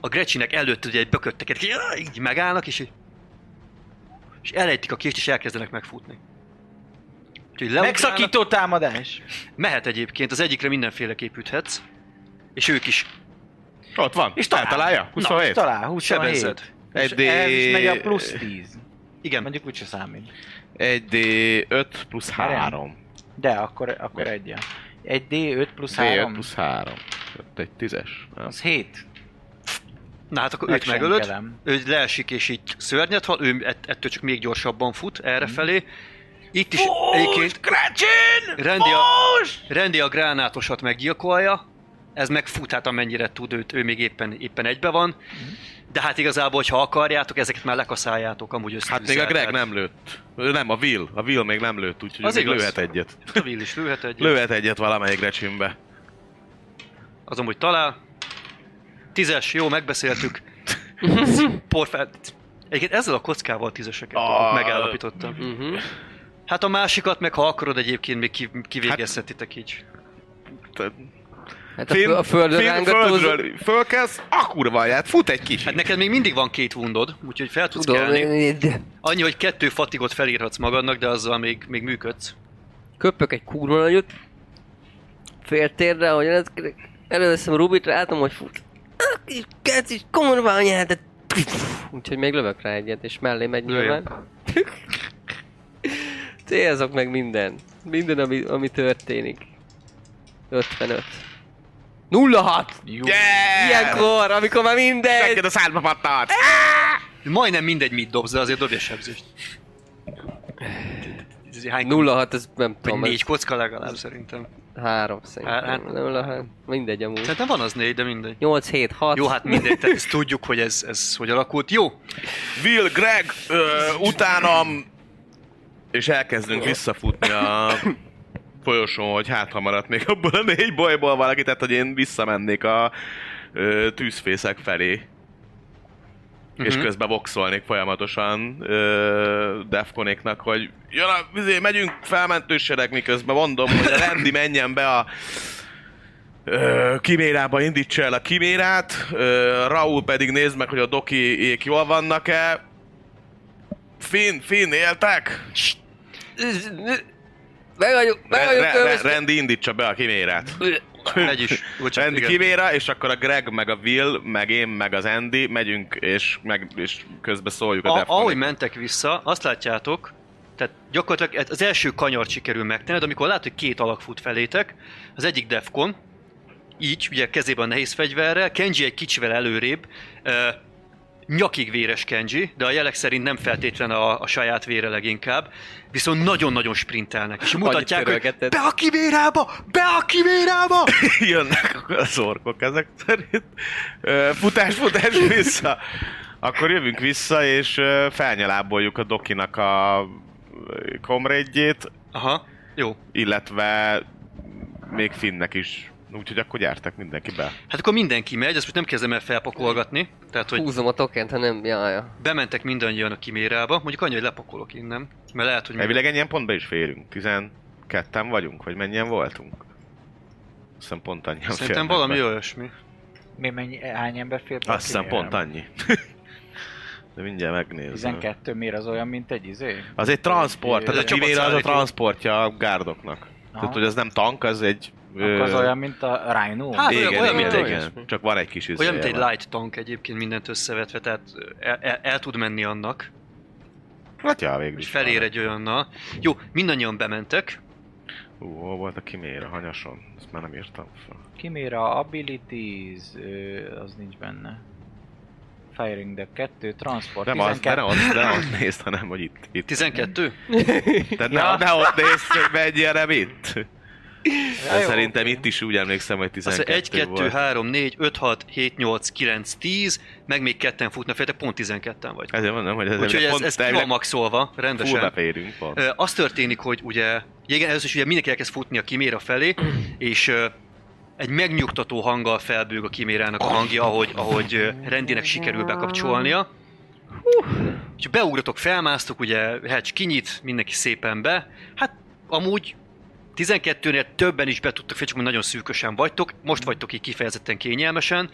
A Gretchennek előtt ugye egy bökötteket, így megállnak, és így, és elejtik a kést, és elkezdenek megfutni. Úgyhogy leugrálnak-
Megszakító támadás.
Mehet egyébként, az egyikre mindenféleképp üthetsz. És ők is
Ott van. És talál. Eltalálja?
Na,
27.
talál, 27.
sebezed.
És
Egy D-
ez is megy a plusz 10.
Igen,
Mondjuk úgyse számít.
1D5 plusz
Várjál.
3.
De, akkor, akkor egyen. Egy D5 plusz
D5
3,
plusz 3. Tehát egy tízes. Nem?
az 7.
Na hát akkor őt megölöd, ő leesik és így szörnyet hal, ő ett- ettől csak még gyorsabban fut errefelé. Itt is egyébként rendi a, rendi a gránátosat meggyilkolja, ez meg fut hát amennyire tud, őt, ő még éppen, éppen egybe van. De hát igazából, ha akarjátok, ezeket már lekaszáljátok amúgy
Hát
összetűzzel.
még a Greg
tehát
nem lőtt. Ö, Nem, a Will. A Will még nem lőtt, úgyhogy
Az
az még
igaz.
lőhet egyet.
Will is lőhet egy.
Lőhet egyet valamelyik recsimbe.
Az amúgy talál. Tízes, jó, megbeszéltük. Porfelt. Egyébként ezzel a kockával tízeseket
Ah.
megállapítottam.
Uh-huh.
Hát a másikat meg, ha akarod, egyébként még ki- kivégezhetitek így.
Tehát
Hát a, fö- a földön
Finn
rángatózó...
földről fölkezd, ah kurva anyát, fut egy kicsit.
Hát neked még mindig van két wundod, úgyhogy fel tudsz
Tudom,
kelni.
én- de-
Annyi, hogy kettő fatigot felírhatsz magadnak, de azzal még, még működsz.
köpök egy kurva nagyot, féltérre, hogy előveszem Rubit, látom, hogy fut. Ah, kis Kec is kurva anyád, de... Úgyhogy még lövök rá egyet, és mellé megy
Lőjön.
nyilván. Célzok meg minden. Minden, ami, ami történik. 55. 06!
Jó.
Yeah!
Ilyenkor, amikor már mindegy!
Neked a szádba pattant!
Majdnem mindegy, mit dobsz, de azért dobja sebzést. Ez egy Hány,
06, ez nem
vagy
tudom, ez
négy kocka legalább szerintem.
három
Hát-
szerintem. 06, mindegy amúgy.
Szerintem van az négy, de mindegy.
8, 7, 6.
Jó, hát mindegy, tehát ezt tudjuk, hogy ez, ez hogy alakult. Jó,
Will, Greg, ö, utánam... És elkezdünk visszafutni a folyosón, hogy hát ha maradt még abból a négy bajból valaki, tehát hogy én visszamennék a ö, tűzfészek felé. És közben voxolnék folyamatosan ö, Defconéknak, hogy jön a, vizé, megyünk felmentősereg, miközben mondom, hogy a rendi menjen be a ö, kimérába indítsa el a kimérát, ö, Raúl pedig nézd meg, hogy a dokiék jól vannak-e. Finn, Finn, éltek?
Meg vagyok, meg
Re,
vagyok,
re, re,
ölvözve.
rendi indítsa be a kimérát.
megy is. Úgy csak,
Rendi
igen.
kimére, és akkor a Greg, meg a Will, meg én, meg az Andy megyünk, és, meg, és közben szóljuk a,
A,
Defconéknak.
ahogy mentek vissza, azt látjátok, tehát gyakorlatilag az első kanyart sikerül megtenned, amikor látod, hogy két alak fut felétek, az egyik Defcon, így, ugye kezében a nehéz fegyverrel, Kenji egy kicsivel előrébb, ö, nyakig véres Kenji, de a jelek szerint nem feltétlen a, a saját vére leginkább, viszont nagyon-nagyon sprintelnek, és mutatják, hogy
pörölgeted.
be a kivérába, be a kivérába!
jönnek akkor az orkok ezek szerint. Ö, Futás, futás, vissza! Akkor jövünk vissza, és ö, felnyaláboljuk a dokinak a ö, komrédjét,
Aha, jó.
illetve még Finnek is. Úgyhogy akkor gyertek mindenki be.
Hát akkor mindenki megy, ezt most nem kezdem el felpakolgatni, tehát hogy
Húzom a tokent, ha nem, jaj, jaj.
bementek mindannyian a kimérába, mondjuk annyi, hogy lepakolok innen, mert lehet, hogy...
Elvileg ennyien pontba is férünk. 12-en vagyunk, vagy mennyien voltunk? Azt hiszem pont annyian
Szerintem
férnek
valami
be.
olyasmi.
Mi mennyi, hány ember fér? be a
Azt hiszem
kimérem?
pont annyi. De mindjárt megnézem.
12 miért az olyan, mint egy izé?
Az egy transport,
Ez
tehát a
egy
kivér az a
csapatszállító.
transportja a gárdoknak. Tehát, hogy az nem tank, az egy...
Akkor az olyan, mint a Rhino?
Hát,
igen,
olyan,
igen,
mint
igen,
egy-
Csak van egy kis izé.
Olyan, mint egy light tank egyébként mindent összevetve, tehát el, el, el tud menni annak,
Hát já, végül
hogy
is.
felér
van.
egy olyannal. Jó, mindannyian bementek,
Ú, hol volt a kimér a hanyason? Ezt már nem írtam fel.
Kimira, Abilities, ö, az nincs benne. Firing Dep 2, Transport
Nem az,
12.
de ne ott, de ott nézd, hanem hogy itt. itt.
12?
Tehát ne, ne ott nézd, hogy menjen, nem itt. Hát
Ja, jó,
Szerintem
oké.
itt is úgy emlékszem, hogy
Azt
12
1, 2,
volt.
3, 4, 5, 6, 7, 8, 9, 10, meg még ketten futna fel, te pont 12-en vagy.
Ezért mondom, hogy ez
Úgyhogy ez, ez ki van maxolva,
Fullbe
rendesen.
férünk, pont.
Ö, Az történik, hogy ugye, igen, először is ugye mindenki elkezd futni a kiméra felé, és ö, egy megnyugtató hanggal felbőg a kimérának a hangja, ahogy, ahogy ö, rendinek sikerül bekapcsolnia. És beugratok, felmásztok, ugye Hedge kinyit, mindenki szépen be. Hát amúgy 12-nél többen is be tudtok, fél, csak nagyon szűkösen vagytok, most vagytok így kifejezetten kényelmesen.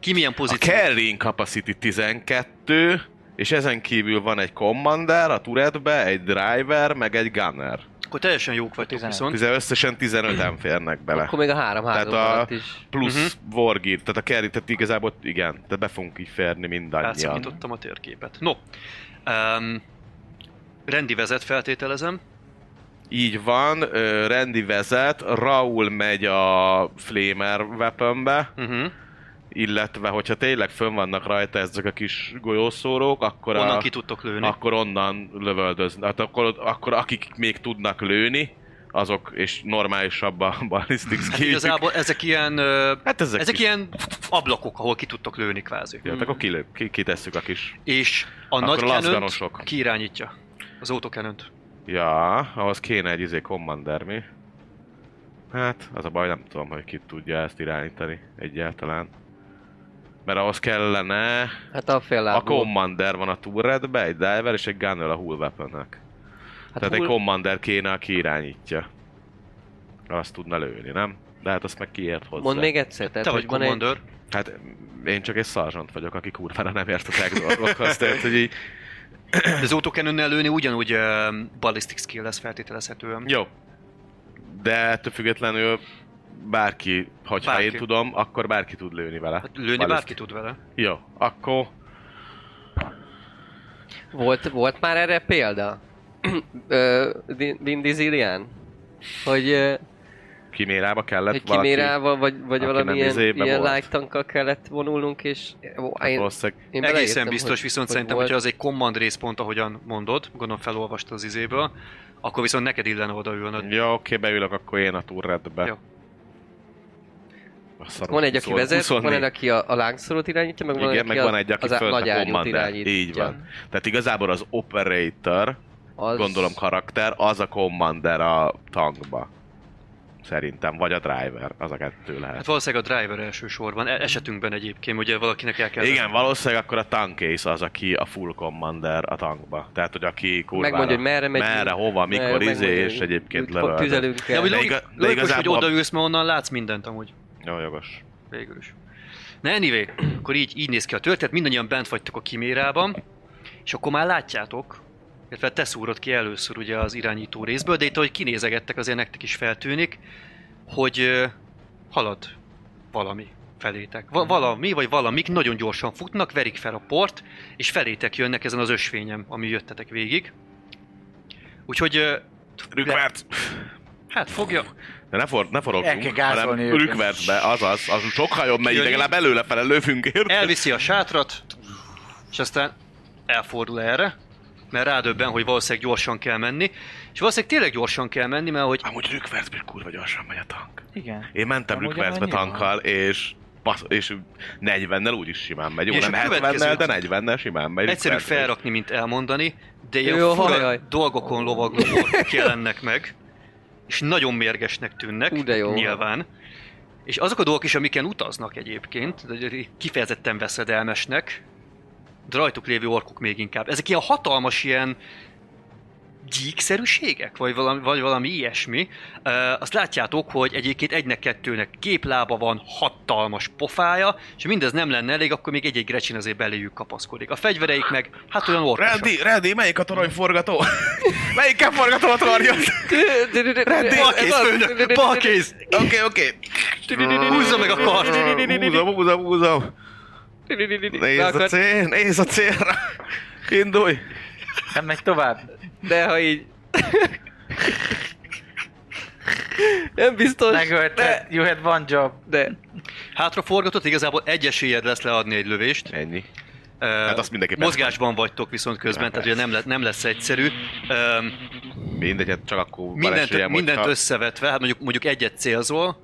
Ki milyen
A
pozíció?
carrying capacity 12, és ezen kívül van egy commander a turretbe, egy driver, meg egy gunner.
Akkor teljesen jók vagytok
15.
viszont.
Tizen- Összesen 15-en férnek bele.
Akkor még a három
Tehát
három
a-
alatt is.
Plusz
Mhm.
uh-huh. wargear, tehát a carry, tehát igazából igen, tehát be fogunk így férni mindannyian.
Átszakítottam a térképet. No, um, Rendi vezet, feltételezem.
Így van, ö, Randy vezet, Raul megy a Flamer weaponbe,
Uh-huh.
illetve hogyha tényleg fönn vannak rajta ezek a kis golyószórók, akkor
Onnan
a...
ki tudtok lőni.
Akkor onnan lövöldözni. Hát akkor, akkor akik még tudnak lőni, azok és normálisabb a ballistic
Hát
skill.
igazából ezek ilyen, ö,
hát ezek,
ezek
ezek
ilyen ablakok, ahol ki tudtok lőni kvázi.
Jött, hát akkor kilő, ki, kitesszük a kis...
És a
Akkor
nagy kenönt
lazganosok.
kiirányítja. Az autokenönt.
Ja, ahhoz kéne egy izé commander, mi? Hát, az a baj, nem tudom, hogy ki tudja ezt irányítani egyáltalán. Mert ahhoz kellene...
Hát a fél
A
lábú.
commander van a turretbe, egy diver és egy gunner a hull weaponnek.
hát
Tehát
hull-
egy commander kéne, aki irányítja. Azt tudna lőni, nem? De hát azt meg kiért hozzá.
Mondd még egyszer, tehát
Te vagy
hogy van egy...
kommandőr.
Hát én csak egy szarzsant vagyok, aki kurvára nem ért a tech dolgokhoz, tehát hogy így...
Az autokenönnel lőni ugyanúgy ö, ballistic skill lesz Hát feltételezhetően.
Jó. De ettől függetlenül bárki, hogyha
Bárki.
bárki. én tudom, akkor bárki tud lőni vele.
Hát lőni
Ballistic.
bárki tud vele.
Jó, akkor
Volt, volt már erre példa? Ö, Vin- Vin Dizilian? Hogy, ö,
kimérába kellett
hogy
Hát valaki.
kimérával, vagy, vagy
aki nem
valamilyen
izébe
ilyen
volt.
lágytankkal kellett vonulnunk, és... Ó,
Hát
én,
valószínűleg
én beleírtam,
Egészen biztos,
hogy-
viszont
hogy
szerintem,
volt.
hogyha az egy command részpont, ahogyan mondod, gondolom felolvastad az izéből, akkor viszont neked illene odaülnöd.
Jó, oké, beülök, akkor én a turretbe.
Jó.
A szarok,
Van egy, aki
20,
vezet, van
24.
egy, aki a, a lángszorot irányítja, meg van
Igen,
egy,
meg
aki,
van
a-
egy, aki
az a
fönt
nagy
a
árnyút
commander.
irányítja.
Így van. Tehát igazából az operator,
Az...
gondolom karakter, az a commander a tankba. Szerintem, vagy a driver, az a kettő lehet.
Hát valószínűleg a driver elsősorban, e- esetünkben egyébként, ugye valakinek el kell...
Igen, valószínűleg akkor a tank ace az, aki a full commander a tankba. Tehát, hogy aki kurvára...
Megmondja, hogy merre megyünk.
Merre, hova, mikor,
merre,
izé,
megmondja,
és
hogy
egyébként
mit fog-
lövöldöz.
Tüzelünk
Ja,
el.
vagy
De
logik,
iga- de
logikus,
igazából
hogy
a-
odaülsz, mert onnan látsz mindent amúgy.
Jó, jogos.
Végül is. Na anyway, akkor így, így néz ki a történet, mindannyian bent vagytok a kimérában, és akkor már látjátok, illetve te szúrod ki először ugye az irányító részből, de itt ahogy kinézegettek, azért nektek is feltűnik, hogy ö, halad valami felétek. Va- valami vagy valamik nagyon gyorsan futnak, verik fel a port, és felétek jönnek ezen az ösvényem, ami jöttetek végig. Úgyhogy, ö,
Rükverc!
hát fogja,
De ne, for, ne
El kell
forogunk, hanem
gázolni őket.
rükvercbe, azaz, az sokkal jobb megy,
Kijön.
legalább előlefele lövünk, érted?
elviszi a sátrat, és aztán elfordul erre, mert rádöbben, hogy valószínűleg gyorsan kell menni, és valószínűleg tényleg gyorsan kell menni, mert hogy
Amúgy rükvercbe is kurva gyorsan megy a tank.
Igen.
Én mentem
Amúgy
rükvercbe
annyi van.
tankkal, és basz, és 40-nel úgyis simán megy. Jó,
És
nem
a következő-
70-nel, de 40-nel simán megy.
egyszerűbb
rükvercbe is.
felrakni, mint elmondani, de ilyen
Jó,
fura
hajaj.
dolgokon lovagló orkok jelennek meg, és nagyon mérgesnek tűnnek,
Ú, de jó.
nyilván. És azok a dolgok is, amiken utaznak egyébként, de kifejezetten veszedelmesnek, de rajtuk lévő orkok még inkább. Ezek ilyen hatalmas ilyen gyíkszerűségek, vagy valami, vagy valami ilyesmi. Ö, azt látjátok, hogy egyébként egynek kettőnek képlába van, hatalmas pofája, és ha mindez nem lenne elég, akkor még egy-egy grecsin azért beléjük kapaszkodik. A fegyvereik meg, hát olyan orkosak.
Randy, Randy, melyik a torony forgató? Melyikkel forgatom a tornyot?
Balkész, balkész!
Oké, oké.
Húzza meg a kart!
Húzom, húzom, húzom. Nézd a cél, nézd a célra. Indulj.
Nem megy tovább.
De ha így... Nem biztos.
Megölted. You had one job.
De
Hátra forgatott, igazából egy esélyed lesz leadni egy lövést.
Ennyi.
Hát
azt mindenképpen-
Mozgásban vagytok viszont közben,
Ja,
tehát ugye nem, le, nem lesz egyszerű. Ö,
Mindegy, hát csak akkor
mindent,
belesüljem,
mindent
hogyha-
összevetve, hát mondjuk, mondjuk egyet célzol,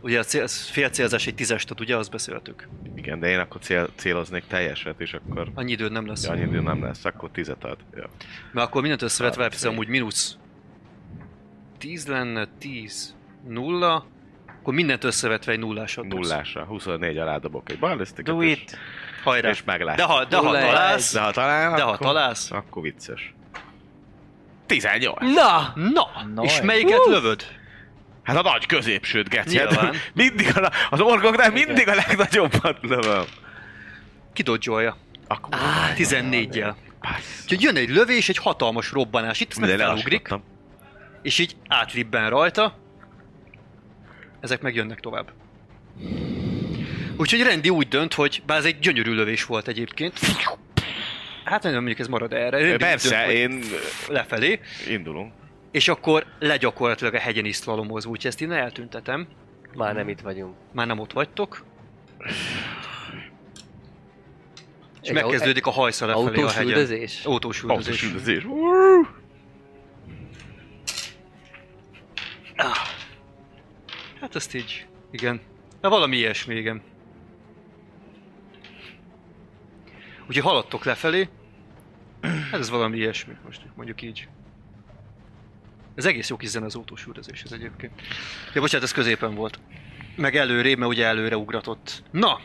ugye a cél, fél célzás egy tízestet, ugye, azt beszéltük.
Igen, de én akkor cél, céloznék teljeset, és akkor
Annyi időd nem lesz.
Ja, annyi idő nem lesz, akkor tizet ad. Ja.
Mert akkor mindent összevetve,
Hát,
hát, amúgy mínusz 10 lenne, 10, 0, akkor mindent összevetve egy nullásat. tudsz.
Nullásra, 24 alá dobok egy ballisztiket,
Do
és,
it.
Hajrá.
és meglátjuk.
De ha, de ha
Nulla egy.
találsz,
de ha talál,
de ha
akkor,
találsz,
akkor vicces. 18.
Na!
na,
Na,
és
egy.
melyiket lövöd?
Hát a nagy középsőt, geci. hát
Nyilván.
mindig a, az orgoknál mindig a legnagyobbat lövöm.
Kidodzsolja.
Akkor
14-jel.
Passz.
Úgyhogy jön egy lövés, egy hatalmas robbanás, itt meg
hát, Mindegy,
felugrik,
lelassítottam.
és így átlibben rajta. Ezek meg jönnek tovább. Úgyhogy Rendi úgy dönt, hogy bár ez egy gyönyörű lövés volt egyébként, Hát nem mondjuk ez marad erre. Én
Persze,
mindig-
én eh,
Lefelé.
indulunk.
És akkor legyakorlatilag a hegyen is lomozva, úgyhogy ezt én eltüntetem.
Már nem itt vagyunk.
Már nem ott vagytok. És
Egy
megkezdődik a hajsza
au-
lefelé a
Autós
hegyen.
üldözés?
Autós üldözés.
Autós üldözés.
Hát ezt így, igen. Na valami ilyesmi, igen. Úgyhogy haladtok lefelé. Hát ez valami ilyesmi, most mondjuk így. Ez egész jó kis zene az autós üldözés, ez egyébként. Ja, bocsánat, ez középen volt. Meg előrébb, mert ugye előre ugratott. Na!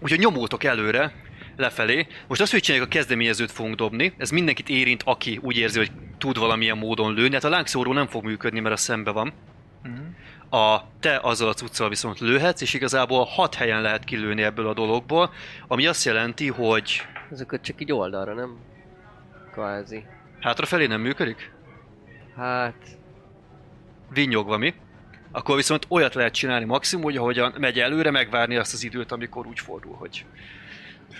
Úgyhogy nyomultok előre, lefelé. Most azt, hogy csináljuk, a kezdeményezőt fogunk dobni. Ez mindenkit érint, aki úgy érzi, hogy tud valamilyen módon lőni. Hát a lángszóró nem fog működni, mert a szembe van.
Mhm.
A te azzal a cuccal viszont lőhetsz, és igazából hat helyen lehet kilőni ebből a dologból, ami azt jelenti, hogy
Ezeket csak így oldalra, nem? Kvázi.
hátrafelé nem működik?
Hát...
Vinyogva mi? Akkor viszont olyat lehet csinálni maximum, hogy ahogyan megy előre, megvárni azt az időt, amikor úgy fordul, hogy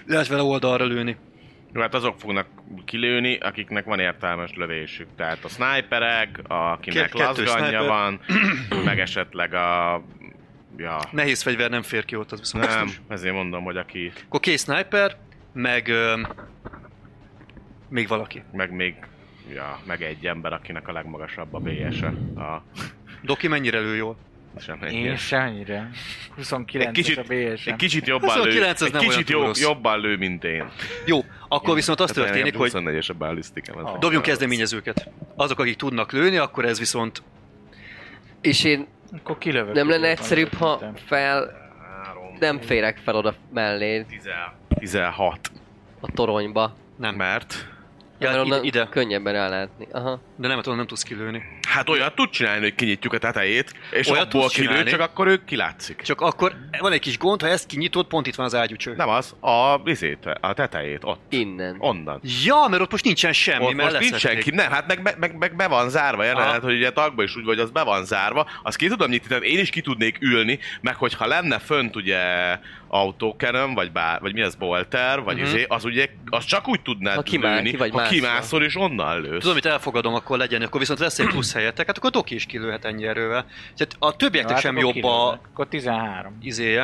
lehet vele oldalra lőni.
Jó, hát azok fognak kilőni, akiknek van értelmes lövésük. Tehát a sniperek, akinek
Két- kettő
lazganya
sniper.
van, meg esetleg a... Ja,
Nehéz fegyver nem fér ki ott, az viszont
nem,
biztos.
ezért mondom, hogy aki,
Akkor két sniper, meg öm, még valaki.
meg még Ja, meg egy ember, akinek a legmagasabb a BS-e. A...
Doki mennyire lő jól?
Sem
Én semmire. 29
Egy kicsit-
kicsit, a BSM.
Egy kicsit jobban
Azt a
lő,
kilenc az
egy
nem
kicsit
olyan túl
jó,
rossz.
jobban lő, mint én.
Jó, akkor viszont az
Tehát
történik, hogy
nekem 24-es a ballisztikám. ez
Ah.
nem
Dobjunk
olyan rossz.
kezdeményezőket. Azok, akik tudnak lőni, akkor ez viszont...
És én
Akkor kilövök.
nem lenne
Jobban
egyszerűbb, ha
lőttem.
fel...
Három,
Nem férek fel oda mellé,
tizen- 16.
a toronyba.
Nem.
Mert
Ja,
Mert
ide,
onnan
ide.
könnyebben ellátni. Aha.
De nem, hát onnan nem tudsz kilőni.
Hát olyat tud csinálni, hogy kinyitjuk a tetejét, és
Olyat
Olyat abból
tudsz
kilő,
csinálni?
csak akkor ő kilátszik.
Csak akkor van egy kis gond, ha ezt kinyitod, pont itt van az ágyúcső.
Nem az, a vizét, a tetejét, ott,
Innen.
onnan.
Ja, mert ott most nincsen semmi,
Ott
mert
most nincs
leszették.
senki, nem, hát meg, meg, meg, meg be van zárva, jelenet, hogy ugye tagba is úgy vagy, az be van zárva, azt ki tudom nyitni, tehát én is ki tudnék ülni, meg hogyha lenne fönt ugye autókerem, vagy, bár, vagy mi az, bolter, vagy
Mhm.
mm-hmm. izé, az ugye, az csak úgy tudnád
Ha kimá-
lőni,
ki vagy
ha
mászva.
kimászol és onnan lősz.
Tudom, amit elfogadom, akkor legyen, akkor viszont lesz egy plusz helyetek, hát akkor Doki is kilőhet ennyi erővel. Tehát a
Na,
többieknek
hát
sem
akkor
jobb a
kilövök. Akkor 13.
izéje.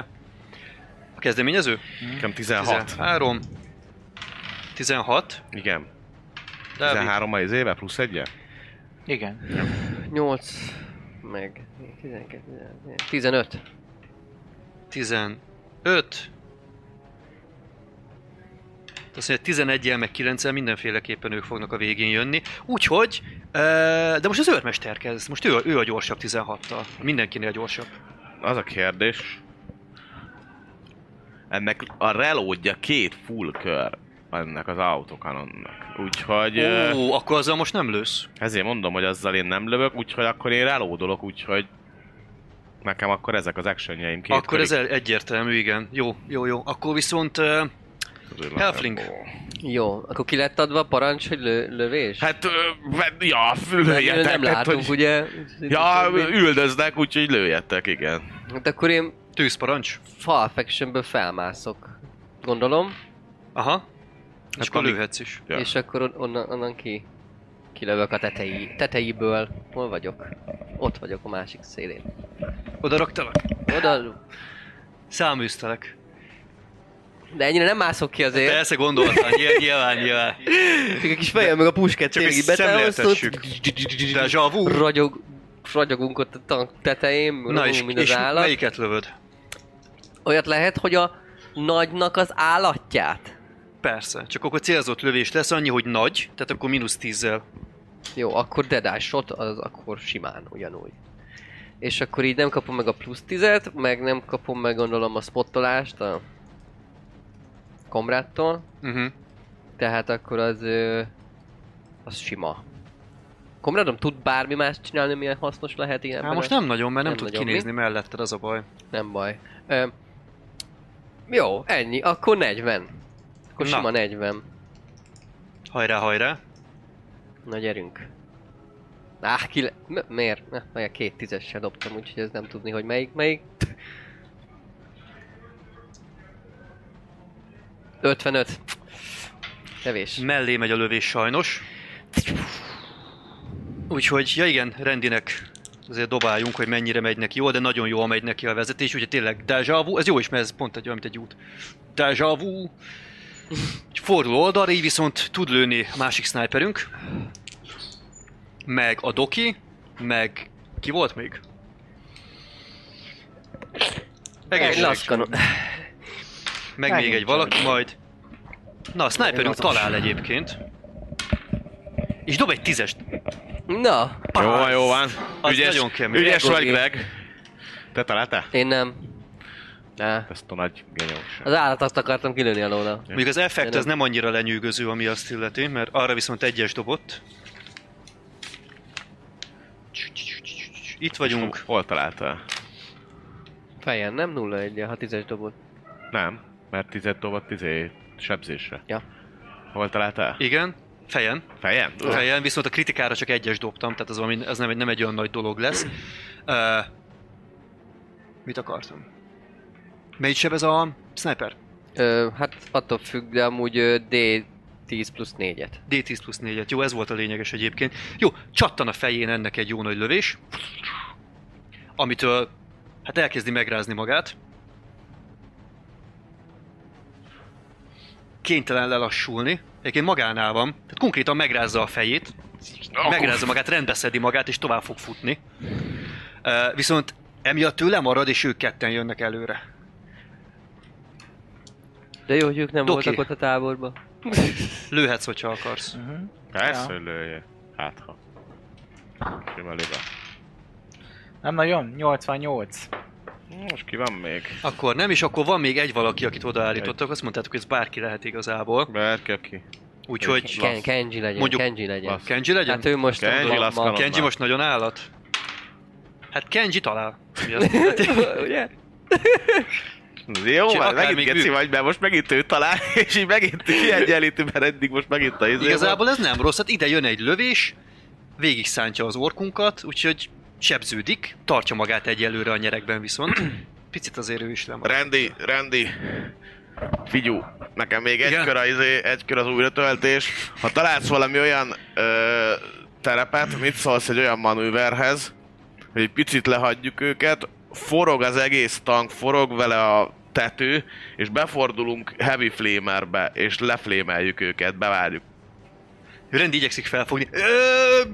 A kezdeményező?
Nekem 16.
13. 16.
Igen.
Dávid.
13 az éve, plusz egye?
Igen.
8... Meg... 12... 15.
15. Azt mondja, 11 meg 9 mindenféleképpen ők fognak a végén jönni. Úgyhogy, ö, de most az őrmester kezd. Most ő, a- ő a gyorsabb 16-tal. Mindenkinél gyorsabb.
Az a kérdés. Ennek a relódja két full kör ennek az autokanonnak. Úgyhogy ö,
Ó, akkor azzal most nem lősz.
ezért mondom, hogy azzal én nem lövök, úgyhogy akkor én relódolok, úgyhogy nekem akkor ezek az actionjeim két
Akkor ez el- egyértelmű, igen. Jó, jó, jó. Akkor viszont ö, Halfling.
Jó, akkor ki lett adva a parancs, hogy lő, lövés?
Hát, ö, ve- ja,
nem,
lőjetek.
nem
tehát,
látunk,
hogy...
ugye?
Ja, üldöznek, úgyhogy lőjetek, igen.
Hát akkor én
tűzparancs.
Fall Factionből felmászok, gondolom,
Aha. És akkor
Hát ami-
lőhetsz is.
Ja.
ja. és akkor on- onnan, onnan ki kilövök a tetei, tetejéből. Hol vagyok? Ott vagyok a másik szélén.
Oda raktalak.
Oda,
Száműztelek.
de ennyire nem mászok ki azért.
Persze gondoltál, nyilván, nyilván, nyilván.
Csak a kis fejem meg a puskát
Csak
tényleg így
ezt
betámasztott.
szemléltessük. Deja vu.
Ragyog, ragyogunk ott a tank tetején,
Na és,
mint az
és
állat.
melyiket lövöd?
Olyat lehet, hogy a nagynak az állatját.
Persze, csak akkor célzott lövés lesz, annyi, hogy nagy, tehát akkor mínusz tízzel.
Jó, akkor dedásot, az akkor simán ugyanúgy. És akkor így nem kapom meg a plusz tizet, meg nem kapom meg gondolom a spottolást a komrádtól,
Uh-huh.
tehát akkor az, ö, az sima. Komrádom tud bármi más csinálni, milyen hasznos lehet ilyen.
Hát most nem nagyon, mert nem,
Nem
tud
nagyon,
kinézni melletted, az a baj.
Nem baj. Ö, jó, ennyi, akkor 40. Akkor
Na.
sima 40.
Hajrá, hajrá.
Na gyerünk. Áh, ki le... M- miért? Na, majd a két tízessel dobtam, úgyhogy ez nem tudni, hogy melyik, melyik. 55. Kevés.
Mellé megy a lövés sajnos. Úgyhogy, ja igen, rendinek azért dobáljunk, hogy mennyire megy neki jól, de nagyon jól megy neki a vezetés, úgyhogy tényleg déjà vu, ez jó is, mert ez pont egy olyan, mint egy út. Déjà vu. Úgyhogy Fordul oldalra, így viszont tud lőni a másik sniperünk. Meg a doki, meg ki volt még?
Egy laszkanon.
Meg még egy valaki majd. Na, a sniperünk talál egyébként. És dob egy tízest.
Na,
Jó van, jó van.
Az nagyon kemény.
ügyes vagy,
Gogi.
Greg. Te találtál?
én nem. Ne.
Ezt a nagy genyóság.
Az állatot akartam kilőni alóla.
Mondjuk az effekt
Tényleg.
ez nem annyira lenyűgöző, ami azt illeti, mert arra viszont egyes dobott. Itt vagyunk.
Hol találtál?
Fejen, nem 0 1 ha 10-es dobott.
Nem, mert tized dobott tizé sebzésre.
Ja.
Hol találtál?
Igen, fejen.
Fejem?
Fejen, viszont a kritikára csak egyes dobtam, tehát ez, valami, ez nem, egy, nem egy olyan nagy dolog lesz. Uh, mit akartam? Melyik seb ez a sniper?
Ö, hát attól függ, de amúgy ö, D10 plusz 4-et.
D10 plusz 4-et. Jó, ez volt a lényeges egyébként. Jó, csattan a fején ennek egy jó nagy lövés, amitől hát elkezdi megrázni magát. Kénytelen lelassulni. Egyébként magánál van, tehát konkrétan megrázza a fejét, megrázza magát, rendbeszedi magát, és tovább fog futni. Ö, Viszont emiatt ő lemarad, és ők ketten jönnek előre.
De jó, hogy ők nem
Doki.
voltak ott a táborban.
Lőhetsz, hogyha akarsz.
Persze,
Ja.
hogy lője. Hát ha. Sima liga.
Nem nagyon, 88.
Most ki van még?
Akkor nem, és akkor van még egy valaki, akit odaállítottak, azt mondtátok, hogy ez bárki lehet igazából.
Bárki, aki.
Úgyhogy...
Ken, Kenji legyen,
Mondjuk-
Kenji legyen.
Lasz.
Kenji legyen?
Hát ő most
Kenji
ma- ma-
Laszkanon.
Kenji
Már.
most nagyon állat. Hát Kenji talál. Ugye? Hát-
Ugye?
Jó,
És
már
akár
megint
még
geci
ők.
vagy, mert most megint ő talál, és így megint kiegyenlíti, mert eddig most megint a izé
Igazából ez nem rossz, hát ide jön egy lövés, végig szántja az orkunkat, úgyhogy sebződik, tartja magát egyelőre a nyerekben viszont. Picit azért ő is lemarad.
Rendi, Rendi, figyú, nekem még egy
Igen?
kör, a izé, egy kör az újratöltés. Ha találsz valami olyan ö, terepet, mit szólsz egy olyan manőverhez, hogy egy picit lehagyjuk őket, forog az egész tank, forog vele a tető, és befordulunk heavy flamerbe, és leflémeljük őket, bevárjuk.
Rendi igyekszik felfogni. Ö,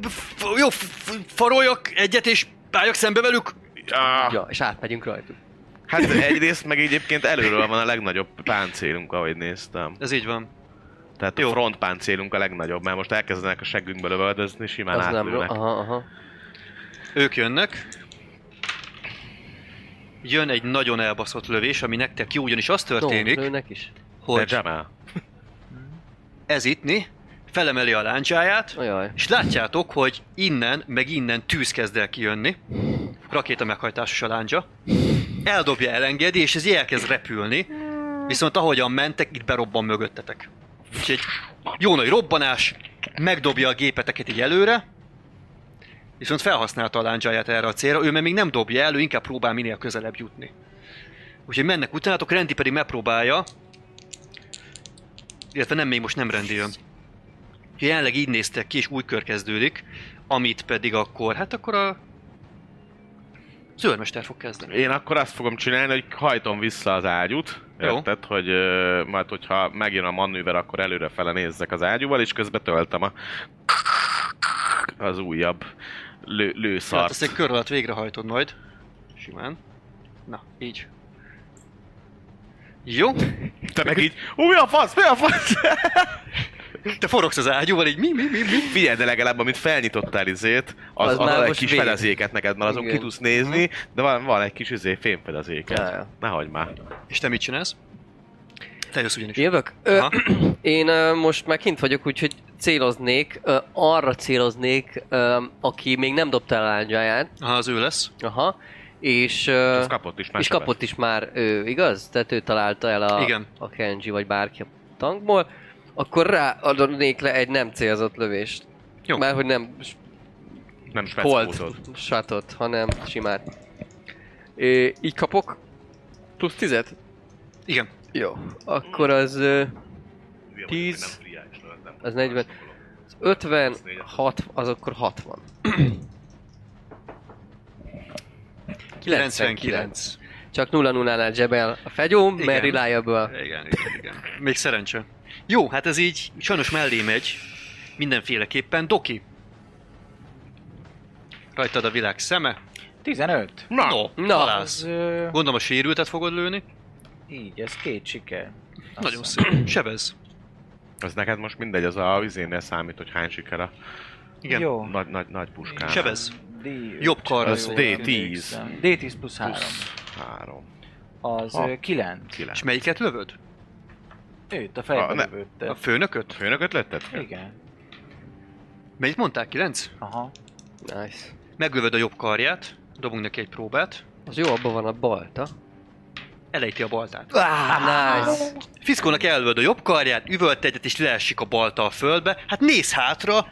f- jó, f- faroljak egyet és álljak szembe velük.
Ah,
Ja, és átmegyünk rajtuk.
hát egyrészt meg egyébként előről van a legnagyobb páncélunk, ahogy néztem.
Ez így van.
Tehát Jó.
Jó.
a front páncélunk a legnagyobb, mert most elkezdenek a seggünkbe lövöldözni, simán
Az nem,
átlőnek.
aha, aha.
Ők jönnek. Jön egy nagyon elbaszott lövés, ami nektek jó, ugyanis az történik,
No, lőnek is.
De
hogy
Jamal.
ez ittni felemeli a láncsáját,
Ajaj.
És látjátok, hogy innen, meg innen tűz kezd el kijönni. Rakéta meghajtásos a láncsa. Eldobja, elengedi, és ez így elkezd repülni. Viszont ahogyan mentek, itt berobban mögöttetek. Úgyhogy egy jó nagy robbanás, megdobja a gépeteket így előre. Viszont felhasználta a láncsáját erre a célra, ő meg még nem dobja elő, inkább próbál minél közelebb jutni. Úgyhogy mennek utánatok, Rendi pedig megpróbálja. Illetve nem, még most nem Rendi jön. Úgyhogy jelenleg így néztek ki, és új kör kezdődik, amit pedig akkor, hát akkor a zöldmester fog kezdeni.
Én akkor azt fogom csinálni, hogy hajtom vissza az ágyút.
Jó.
Érted, hogy ö, majd hogyha megjön a manőver, akkor előrefele nézzek az ágyúval, és közben töltöm a az újabb lő,
Hát
lőszart.
ezt egy kör alatt végrehajtod majd. Simán. Na, így. Jó.
Te meg így, új a fasz, mi a fasz?
Te forogsz az ágyúval, így mi, mi, mi, mi?
Figyelj, de legalább amit felnyitottál izét, az,
Az
az,
már
ad egy
most
kis
vég.
fedezéket neked, mert azon
Igen.
ki tudsz nézni, de van, van egy kis izé, fémfedezéket.
Ja, ja.
Nehogy már.
És te mit csinálsz? Te jössz ugyanis.
Jövök? Ö,
Aha.
én ö, most már kint vagyok, úgyhogy céloznék, ö, arra céloznék, ö, aki még nem dobta el a lányáját.
Aha, az ő lesz.
Aha. És, ö,
Ez kapott is már
és
sebet.
kapott is már ő, igaz? Tehát ő találta el a,
Igen.
a Kenji vagy bárki a tankból. Akkor ráadnék le egy nem célzott lövést.
Jó.
Mert hogy nem s-
Nem speckózod.
cold shotot, hanem simát. É, így kapok plusz tizet?
Igen.
Jó. Akkor az... ö,
vagyok,
Tíz.
nem friális, nem- nem
Az
tudom,
40.
nem
Az
tudom.
50,
24-et.
60, az akkor 60.
99.
Csak 0 0 nál zsebel a fegyó, mert
Igen.
reliable
Igen, igen, igen. Még szerencse. Jó, hát ez így sajnos mellé megy. Mindenféleképpen. Doki. Rajtad a világ szeme.
15.
Na, no,
Na.
Ez,
találsz.
ö,
Gondolom a sérültet fogod lőni.
így, ez két siker. Azt
Nagyon
hiszem.
szép. Sebez.
Az neked most mindegy, az a vizénél számít, hogy hány siker a
Igen. Jó.
Jó.
nagy, nagy, nagy puskán.
Sebez.
D,
Jobb karra
Az
szól.
D10.
D10 plusz 3.
Három.
Az
Ha.
9.
Kilenc.
És melyiket lövöd?
Őt
A,
a
ne.
fejbe
A
lövötte.
főnököt?
Főnököt letted?
Igen.
Mennyit mondtál? 9?
Aha.
Nice.
Meglövöd a jobb karját. Dobunk neki egy próbát.
Az jó, abban van a balta.
Elejti a baltát.
Nice.
Fiszkónak elvöd a jobb karját, üvölt egyet és leesik a balta a földbe, hát néz hátra,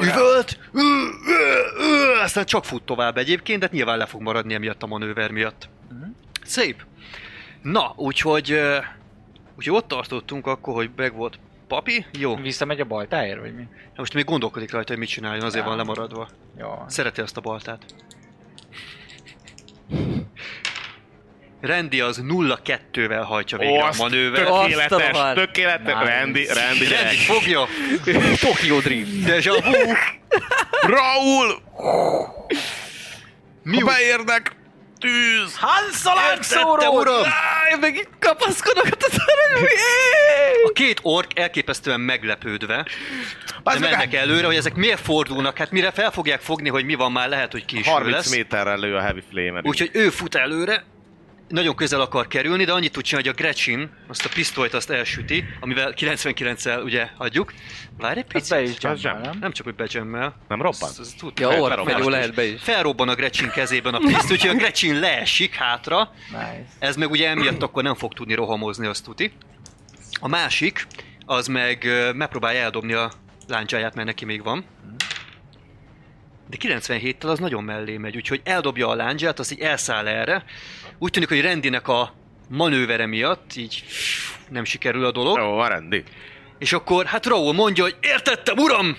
üvölt, ü, ü, ü, aztán csak fut tovább egyébként, de hát nyilván le fog maradni emiatt a manőver miatt. Szép. Na, úgyhogy, ö, úgyhogy ott tartottunk akkor, hogy meg volt papi, jó.
Visszamegy a baltáért, vagy mi?
Hát Most még gondolkodik rajta, hogy mit csináljon, azért van lemaradva.
Jó. Hát
Szereti azt a baltát. Rendi az 0-2-vel hajtja végre a
Azt
manővert.
Azt a
Tökéletes,
rohadt.
tökéletes,
Nice.
rendi, rendi,
Rendi
gyerek.
fogja,
Tokyo Dream.
Deja vu!
Raul!
Mi
Ha beérnek, tűz!
Han
Tette, uram!
Áj, meg itt kapaszkodok hát az aranyba.
A két ork elképesztően meglepődve
Az
de mennek előre, hogy ezek miért fordulnak, hát mire fel fogják fogni, hogy mi van már, lehet, hogy ki is
30
lesz.
méterrel lő a heavy flame
Úgyhogy ő fut előre, nagyon közel akar kerülni, de annyit tud csinálni, hogy a Gretchen azt a pisztolyt azt elsüti, amivel 99-el ugye adjuk. Várj egy
Ez Hát be is
picit.
Az
gyakran,
zsem.
nem?
Nem csak, hogy bejemmel.
Nem robban?
Ez- ez tud-
Ja, orra
Felrobbanás.
megy, jó lehet be is.
Felrobban a Gretchen kezében a piszt, úgyhogy a Gretchen leesik hátra,
Nice.
Ez meg ugye emiatt akkor nem fog tudni rohamozni, azt tuti. A másik, az meg ö, megpróbálja eldobni a láncsáját, mert neki még van. De 97-tel az nagyon mellé megy, úgyhogy eldobja a láncsát, azt így elszáll erre. Úgy tűnik, hogy Rendinek a manővere miatt így nem sikerül a dolog.
Jó, van rendi.
És akkor hát Raúl mondja, hogy értettem, uram!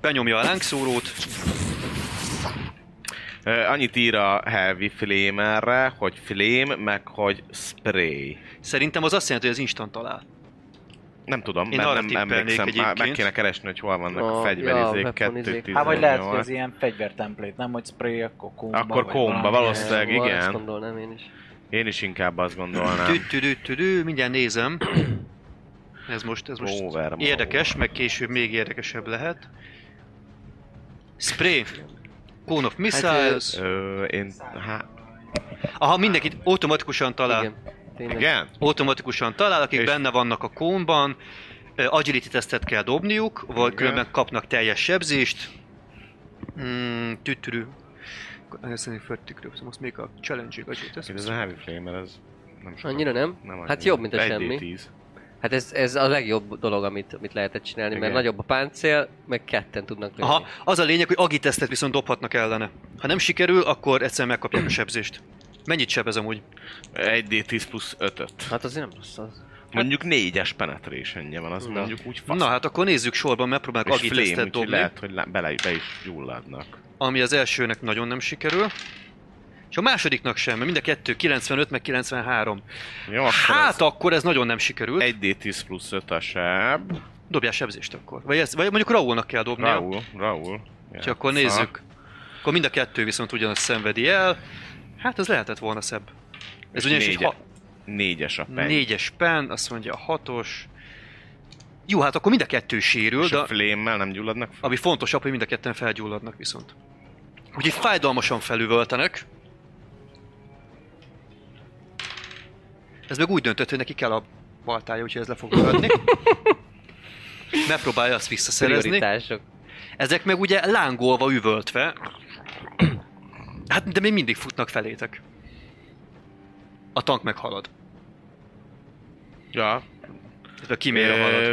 Benyomja a lángszórót.
Ö, Annyit ír a heavy flame erre, hogy flame, meg hogy spray.
Szerintem az azt jelenti, hogy az instant talál.
Nem tudom,
Én
mert
arra
nem
tippelnék
emlékszem, már meg
egyébként.
kéne keresni, hogy hol vannak
A-
a
ja, a
fegyverizék,
weaponizék.
2
Hát vagy lehet, hogy ez ilyen fegyvertemplét, nem? Hogy spray, akkor komba.
Akkor
vagy
komba,
valami.
valószínűleg,
Jó, Ezt
igen.
gondolnám én is.
Én is inkább azt gondolnám.
Tü-tü-tü-tü-tü, mindjárt nézem. Ez most, ez most
Over, ma
érdekes,
over.
meg később még érdekesebb lehet. Spray. Cone of Missiles.
Ö, én, hát,
Aha, mindenkit automatikusan talál.
Igen. Tényleg.
igen?
Automatikusan talál, akik
És-
benne vannak a kónban. Ö, Agility tesztet kell dobniuk, vagy
Igen.
különben kapnak teljes sebzést. Mm, tütürű. Köszönjük, Fertig, most még a challenge-ig agility tesz.
Ez a heavy flame, ez nem sok.
Annyira nem?
nem
Hát
annyira.
jobb, mint a
1D10.
semmi. Hát ez, ez a legjobb dolog, amit, amit lehetett csinálni, mert
Igen.
nagyobb a páncél, meg ketten tudnak lőni.
Aha, az a lényeg, hogy agitesztet viszont dobhatnak ellene. Ha nem sikerül, akkor egyszerűen megkapják
Hmm.
a sebzést. Mennyit sebez amúgy?
1D10 plusz 5
Hát azért nem rossz az.
Mondjuk 4-es penetration van, az
Na.
mondjuk úgy fasz.
Na hát akkor nézzük sorban, megpróbáljuk
és flame,
agitesztet
úgyhogy
dobni,
lehet, hogy lá- bele, be is gyulladnak.
ami az elsőnek nagyon nem sikerül. És a másodiknak sem, mert mind a kettő 95 meg 93.
Jó, akkor
hát
hát,
akkor ez nagyon nem sikerült. Egy...
ez 1D10 plusz 5 a seb.
Dobjál sebzést akkor. Vagy, ez, vagy mondjuk Raúlnak kell dobnia. Raúl.
Raul, Raul.
És akkor nézzük. Akkor mind a kettő viszont ugyanazt szenvedi el. Hát ez lehetett volna szebb. Ez ugyanis egy
négye-
ha-
Négyes a pen.
Négyes pen, azt mondja a hatos. Jó, hát akkor mind a kettő sérül,
És
de
a flame nem gyulladnak fel.
ami fontosabb, hogy mind a ketten felgyulladnak viszont. Úgyhogy fájdalmasan felüvöltenek. Ez meg úgy döntött, hogy neki kell a baltája, úgyhogy ez le fog maradni. Megpróbálja azt visszaszerezni.
Prioritások.
Ezek meg ugye lángolva, üvöltve. Hát, de még mindig futnak felétek. A tank meghalad.
Ja.
Tehát kimére halad.
Ö,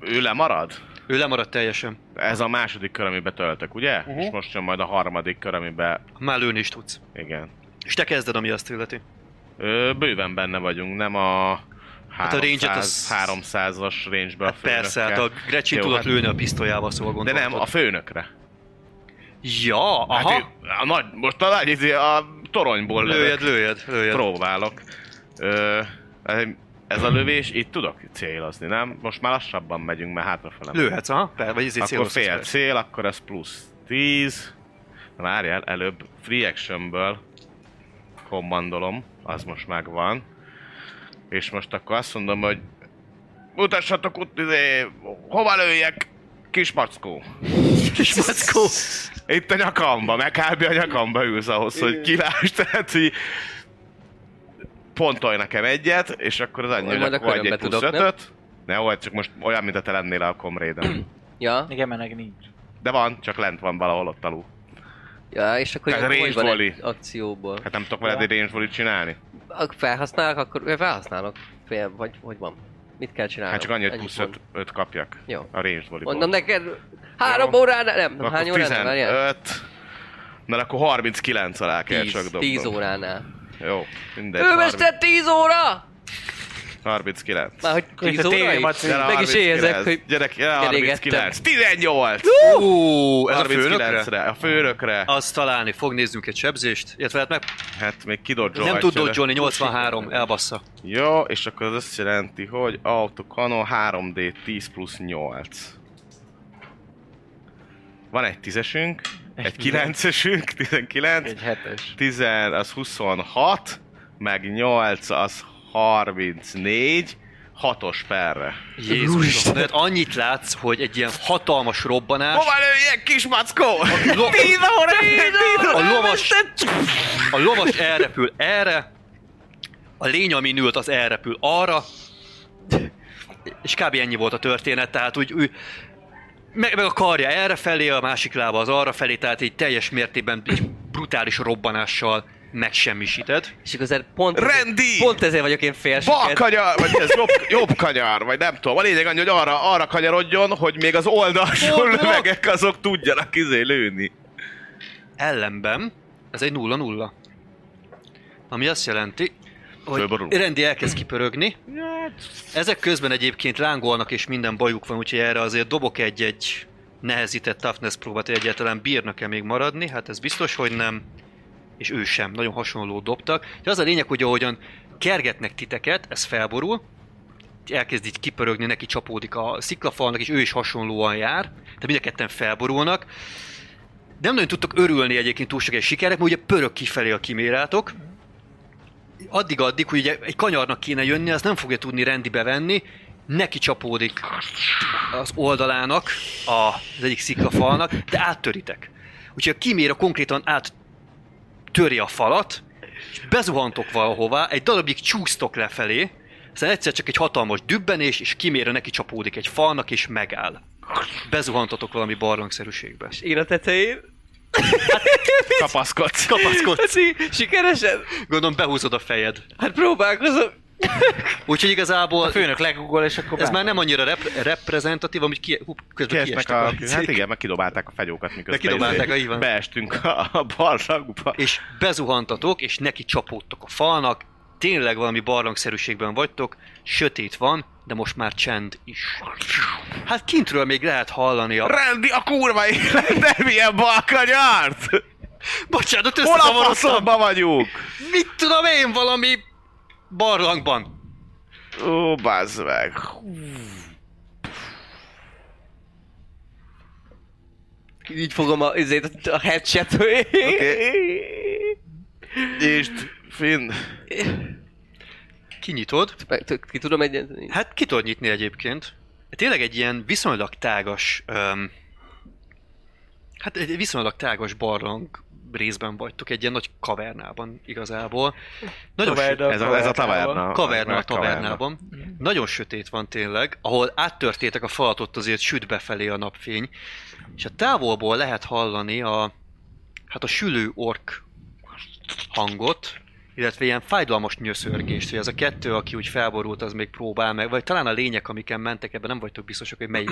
Ő lemarad?
Ő lemaradt teljesen.
Ez a második kör, amiben töltök, ugye?
Uh-huh.
És most jön majd a harmadik kör, amiben...
Már lőni is tudsz.
Igen.
És te kezded, ami azt illeti.
Ö, bőven benne vagyunk, nem a
Hát a range-et az-
300-as range-be a
Hát
főnökkel.
persze, hát a Grecsin
Jó,
tudott
hát-
lőni a pisztolyával, szóval
De
gondoltad.
nem, a főnökre.
Ja, aha.
Hát ő, a nagy, most a nagy, izé, a toronyból lövök.
lőjed, lőjed, lőjed.
Próbálok. Ö, ez a lövés, itt tudok célozni, nem? Most már lassabban megyünk, mert hátrafele. megyünk.
Lőhetsz, aha. Per, vagy izé ezért
Akkor fél cél, akkor ez plusz 10. Na, Várjál, előbb free actionből kommandolom, az most megvan. És most akkor azt mondom, hogy mutassatok ott, izé, hova lőjek, kis mackó.
Kis mackó.
Itt a nyakamba, meg kb. a nyakamba ülsz ahhoz, hogy kilásd, tehát így pontolj nekem egyet, és akkor az annyi,
Majd
hogy
a
akkor adj
körömbe
egy plusz
tudok, nem?
ötöt. Ne, olyan, csak most olyan, mint a te lennél a komréden.
Ja,
Igen, mert neki nincs.
De van, csak lent van valahol ott alul.
ja és akkor
Tehát
hogy
range
van
volley.
egy akcióból?
Hát nem tudok veled egy range volley csinálni. Hát
Ak- Felhasználok, akkor ö, felhasználok. Fél, vagy hogy van? Mit kell csinálni?
Hát csak annyi, hogy plusz öt, öt kapjak.
Jó.
A range volley
Mondom neked, három órán, nem, nem hány órán, várjál?
15, mert akkor 39 alá kell csak
10,
dobnom.
10 óránál.
Jó, mindegy. 30,
Őmester 10 óra!
39.
Már hogy 10 óra is?
Gyere,
Meg is
39.
érzek, hogy
Gyerek, gyere,
kerégettem.
39. 18!
Ú, ez a főnökre?
39-re, a főnökre.
Azt találni fog, nézzünk egy sebzést, illetve hát meg
Hát még kidodzsolhatja.
nem tud
de-
dodgyolni, 83, elbassza.
Jó, és akkor az azt jelenti, hogy autokanon 3D 10 plusz 8. Van egy tízesünk, egy kilencesünk, 19,
Egy hetes.
10 az 26, meg 8 az 34, 6-os perre.
Jézusom, mert annyit látsz, hogy egy ilyen hatalmas robbanás,
Hova lőjek, kis mackó?
lo- a lovas, a lovas elrepül erre, a lény, ami ült, az elrepül arra, és kb. ennyi volt a történet, tehát úgy, úgy meg, meg a karja erre felé, a másik lába az arra felé, tehát így teljes mértékben így brutális robbanással megsemmisíted.
És igazán pont,
Randy!
pont ezért vagyok én
Bal
félsiket.
kanyar, vagy mi ez jobb, jobb kanyar, vagy nem tudom. A lényeg annyi, hogy arra, arra kanyarodjon, hogy még az oldalsó
Boldog!
lövegek azok tudjanak izé lőni.
Ellenben ez egy nulla-nulla. Ami azt jelenti, hogy
Fölborul.
rendi elkezd kipörögni. Ezek közben egyébként lángolnak és minden bajuk van, úgyhogy erre azért dobok egy-egy nehezített toughness próbát, hogy egyáltalán bírnak-e még maradni, hát ez biztos, hogy nem. És ő sem, nagyon hasonló dobtak. De az a lényeg, hogy ahogyan kergetnek titeket, ez felborul, elkezd így kipörögni, neki csapódik a sziklafalnak, és ő is hasonlóan jár, de mind a ketten felborulnak. Nem nagyon tudtok örülni egyébként túl sok egy sikernek, mert ugye pörög kifelé a kimérátok. Addig-addig, hogy ugye egy kanyarnak kéne jönni, azt nem fogja tudni rendi bevenni, neki csapódik az oldalának, a, az egyik sziklafalnak, de áttöritek. Úgyhogy a kiméra konkrétan áttöri a falat, és bezuhantok valahová, egy darabig csúsztok lefelé, aztán egyszer csak egy hatalmas dübbenés, és kiméra neki csapódik egy falnak, és megáll. Bezuhantatok valami barlangszerűségbe.
És én a tetején, Hát,
Kapaszkodsz.
Kapaszkodsz.
Laci, sikeresen?
Gondolom behúzod a fejed.
Hát próbálkozom.
Úgyhogy igazából
Főnök legugol, és akkor
ez már nem annyira rep- reprezentatív, amit ki, hú, közben
Kiesnek
kiestek
a,
a...
hát igen, meg kidobálták a fegyókat, miközben
kidobálták,
izé
így van.
beestünk a, a barlangba.
És bezuhantatok, és neki csapódtok a falnak, tényleg valami barlangszerűségben vagytok, sötét van, de most már csend is. Hát kintről még lehet hallani a...
Rendi a kurva élet, nem ilyen balkanyart!
Bocsánat,
Hol a
összezavarodtam!
faszomba vagyunk?
Mit tudom én, valami barlangban.
Ó, bazd meg. Hú,
Így fogom a, izét, a headset.
Oké. Nyisd, Finn.
Kinyitod.
Meg t- Ki tudom egy...
Hát ki tudod nyitni egyébként. Tényleg egy ilyen viszonylag tágas, um, hát egy viszonylag tágas barlang részben vagytok, egy ilyen nagy kavernában igazából. Nagyon sötét,
Ez a, ez a taverna.
kaverna, a
Meg
tavernában. Nagyon sötét van tényleg, ahol áttörtétek a falat, ott azért süt befelé a napfény, és a távolból lehet hallani a, hát a sülő ork hangot, illetve ilyen fájdalmas nyöszörgést, hogy az a kettő, aki úgy felborult, az még próbál meg, vagy talán a lények, amiken mentek, ebben nem vagytok biztosak, hogy melyik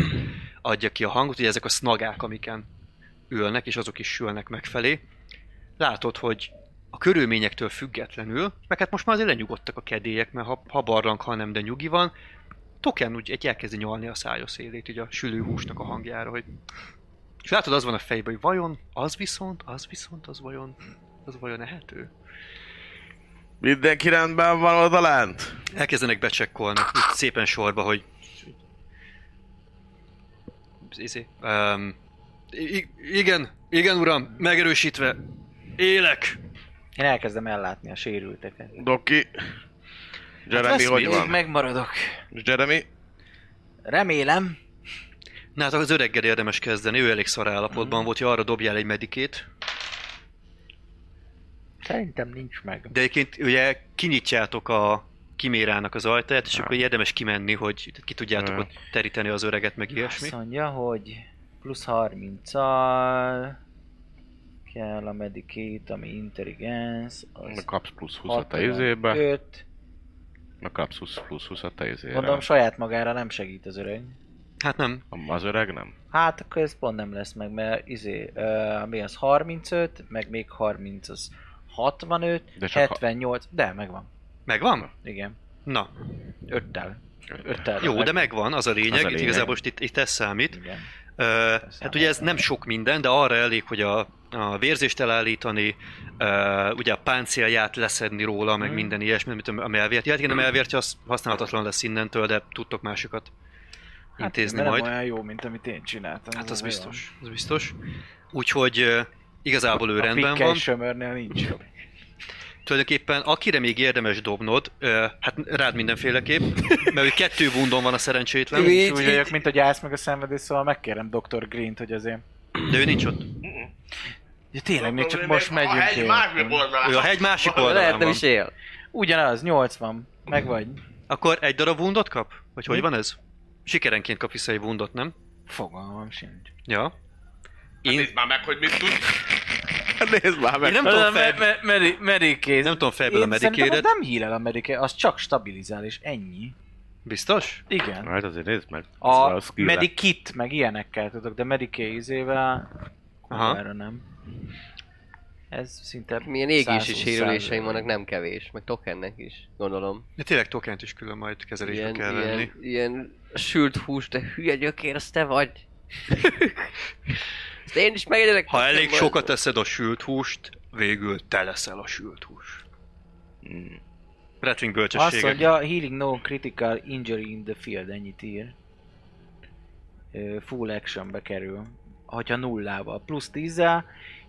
adja ki a hangot, ugye ezek a snagák, amiken ülnek, és azok is sülnek megfelé. Látod, hogy a körülményektől függetlenül, meg hát most már azért lenyugodtak a kedélyek, mert ha, ha barlang, ha nem, de nyugi van, Token úgy egy elkezdi nyalni a szája szélét, így a sülőhúsnak a hangjára, hogy... És látod, az van a fejben, hogy vajon, az viszont, az viszont, az vajon, az vajon ehető?
Mindenki rendben van odalent?
Elkezdenek becsekkolni, így szépen sorba, hogy... Izé, um, igen, igen uram, megerősítve, élek!
Én elkezdem ellátni a sérülteket.
Doki. Jeremy,
Hát Lesz
hogy
még,
van?
megmaradok.
Jeremy?
Remélem.
Na hát az öreggel érdemes kezdeni, ő elég szar
Mhm.
állapotban volt, hogy arra dobjál egy medikét.
Szerintem nincs meg.
De egyébként ugye kinyitjátok a kimérának az ajtaját, és akkor érdemes kimenni, hogy ki tudjátok
Ja.
ott teríteni az öreget, meg ilyesmi.
Azt mondja, hogy plusz 30-al kell a medikét, ami intelligens, az
Meg kapsz plusz 20 a te izébe,
65.
meg kapsz 20 plusz 20 a te izére.
Mondom, saját magára nem segít az öreg.
Hát nem.
Az öreg nem?
Hát akkor ez pont nem lesz meg, mert izé, ö, mi az 35, meg még 30 az 65,
De
De
csak ha-
78, de megvan.
Megvan?
Igen,
Na,
5-tel. 5-tel.
jó, de megvan, az a lényeg,
Az a
itt
lényeg.
igazából most itt, itt ez számít.
Igen.
Ö, hát ugye ez nem sok minden, de arra elég, hogy a, a vérzést elállítani, ö, ugye a páncélját leszedni róla, meg minden ilyesmi, mint a melvért. Ja, hát igen, a melvértje az használhatatlan lesz innentől, de tudtok másikat
Hát
intézni
igen, de
majd.
Nem olyan jó, mint amit én csináltam.
Hát az
olyan.
biztos, az biztos. Úgyhogy ö, igazából ő
A
rendben
pikkely
van.
sömörnél nincs jobb.
Tulajdonképpen akire még érdemes dobnod, ö, hát rád mindenféleképp, mert ő kettő bundon van a szerencsétlen,
Úgy
Így-
vagyok, mint a gyász meg a szenvedés, szóval megkérem Dr. Green-t, hogy azért...
de ő nincs ott.
Ja, tényleg, még csak most megyünk ki.
Ő a hegy másik oldalán
Lehet nem
van.
is él.
Ugyanaz, 80. Meg vagy.
Akkor egy darab wundot kap? Vagy
Hm?
hogy van ez? Sikerenként kap vissza egy wundot, nem?
Fogalmam sincs.
Ja.
Hát Nézd már meg, hogy mit tud.
Hát Nézd már
Én
meg!
nem tudom, fel,
Medikéz.
nem tudom felből a
Én szerintem az
medikédet.
nem híl el a mediké, az csak stabilizál és ennyi.
Biztos?
Igen.
Hát azért nézd meg.
A
Ez skill-e.
medikit meg ilyenekkel tudok, de mediké izével
Aha.
erre nem. Ez szinte
Milyen
120
égési sérüléseim vannak,
százalék.
nem kevés. Meg tokennek is, gondolom.
De tényleg tokent is külön majd kezelésbe
Ilyen,
kell venni.
Hát
ilyen, ilyen sült hús, de hülye gyökér, az te vagy. Ezt én is megegyelek.
Ha elég sokat eszed a sült húst, végül te leszel a sült hús.
Mm.
Rattling
Hmm. Azt
bölcsessége.
mondja, healing no critical injury in the field, ennyit ír. Ö, Full actionbe kerül. Hogyha nullával. Plusz 10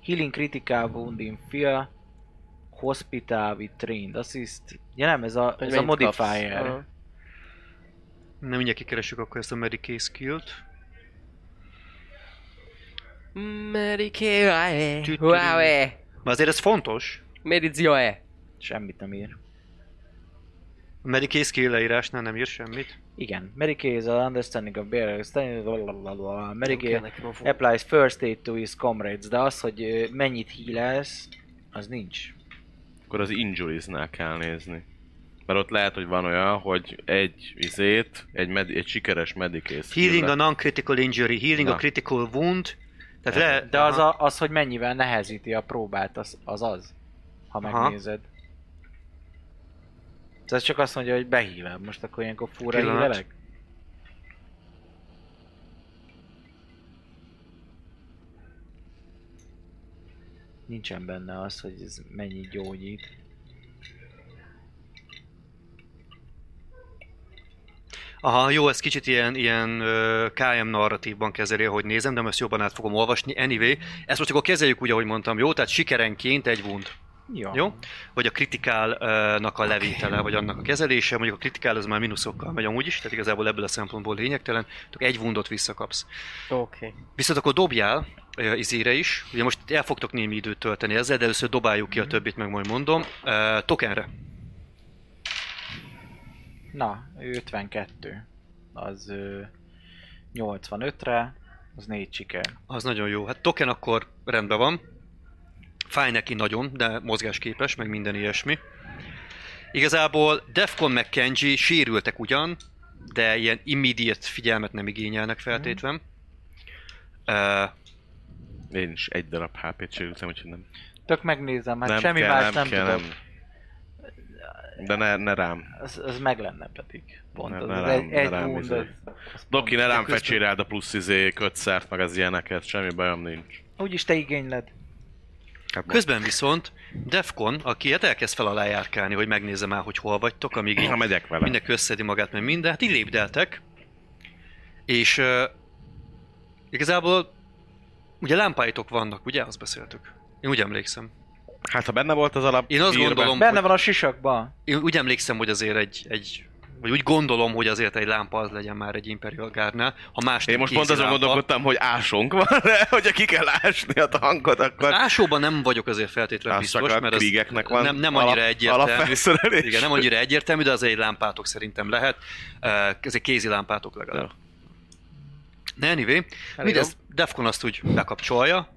healing critical wound in field, hospital with trained assist. Ja nem, ez a, ez a modifier.
Nem mindjárt kikeressük akkor ezt a Medicaid skill-t.
Mediké, váé,
Tütürüm.
váé,
Mert azért ez fontos.
medizioe.
Semmit nem ír.
A Medicaid skill leírásnál nem ír semmit.
Igen, Medicaid is an understanding of bearer, standing, blablabla, Medicaid
Nekem a fo-
applies first aid to his comrades, de az, hogy ö, mennyit hílelsz, az nincs.
Akkor az injuriesnál kell nézni. Mert ott lehet, hogy van olyan, hogy egy izét, egy, med- egy sikeres medikész.
Healing a non-critical injury, healing
Na.
a critical wound. Tehát le,
De az, a, az hogy mennyivel nehezíti a próbát, az az, az ha
Aha.
megnézed. Tehát csak azt mondja, hogy behívem, most akkor ilyenkor fúra
Pillanat.
hívelek? Nincsen benne az, hogy ez mennyi gyógyít.
Aha, jó, ez kicsit ilyen, ilyen ö, KM narratívban kezeli, ahogy nézem, de most jobban át fogom olvasni. Anyway, ezt most akkor kezeljük úgy, ahogy mondtam, jó? Tehát sikerenként egy wound,
Jó.
jó? Vagy a kritikálnak a levitele, vagy annak a kezelése, mondjuk a kritikál az már mínuszokkal megy amúgy is, tehát igazából ebből a szempontból lényegtelen, csak egy woundot visszakapsz.
Oké.
Viszont akkor dobjál ö, izére is, ugye most el fogtok némi időt tölteni ezzel, de először dobáljuk ki a többit, meg majd mondom. Ö, tokenre.
Na, ő 52. Az ö, 85-re, az 4 siker.
Az nagyon jó. Hát token akkor rendben van. Fáj neki nagyon, de mozgásképes, meg minden ilyesmi. Igazából Defcon meg Kenji sérültek ugyan, de ilyen immediate figyelmet nem igényelnek feltétlen. Mm.
Én is egy darab HP-t sérültem, úgyhogy nem.
Tök megnézem, hát
nem
semmi
kell,
más
nem,
nem,
kell,
tudok.
nem. De ne, ne rám.
Ez, ez meg lenne pedig. Pont
Ne-
az,
ne
az
rám-
egy,
ne
egy
rám
wound,
izé.
az, az
Doki, ne
pont-
rám
közben-
fecséráld a plusz izé kötszert, meg az ilyeneket, semmi bajom nincs.
Úgyis te igényled.
Hát most-
Közben viszont Defcon, aki hát elkezd fel alá járkálni, hogy megnézze már, hogy hol vagytok, amíg így
Ha megyek vele. Minden...
mindenki összedi magát, meg minden, hát így lépdeltek, és uh, igazából ugye lámpáitok vannak, ugye? Azt beszéltük. Én úgy emlékszem.
Hát ha benne volt az alap
Én azt
írva-
gondolom,
Benne
hogy,
van a sisakban.
én úgy emlékszem, hogy azért egy, egy vagy úgy gondolom, hogy azért egy lámpa az legyen már egy Imperial Guardnál. Ha más
Én
nem
most pont azon
kézilámpa.
gondolkodtam, hogy ásónk van, de hogyha ki kell ásni a tankot, akkor...
Ásóban nem vagyok azért feltétlenül
Azt csak
biztos,
a
mert az
krigeknek van
nem, nem annyira
alap-
egyértelmű.
alapfelszerelés.
Igen, nem annyira egyértelmű, de azért egy lámpátok szerintem lehet. Eh, Ezek kézi lámpátok legalább. Na, anyway, mindez Defcon azt úgy bekapcsolja,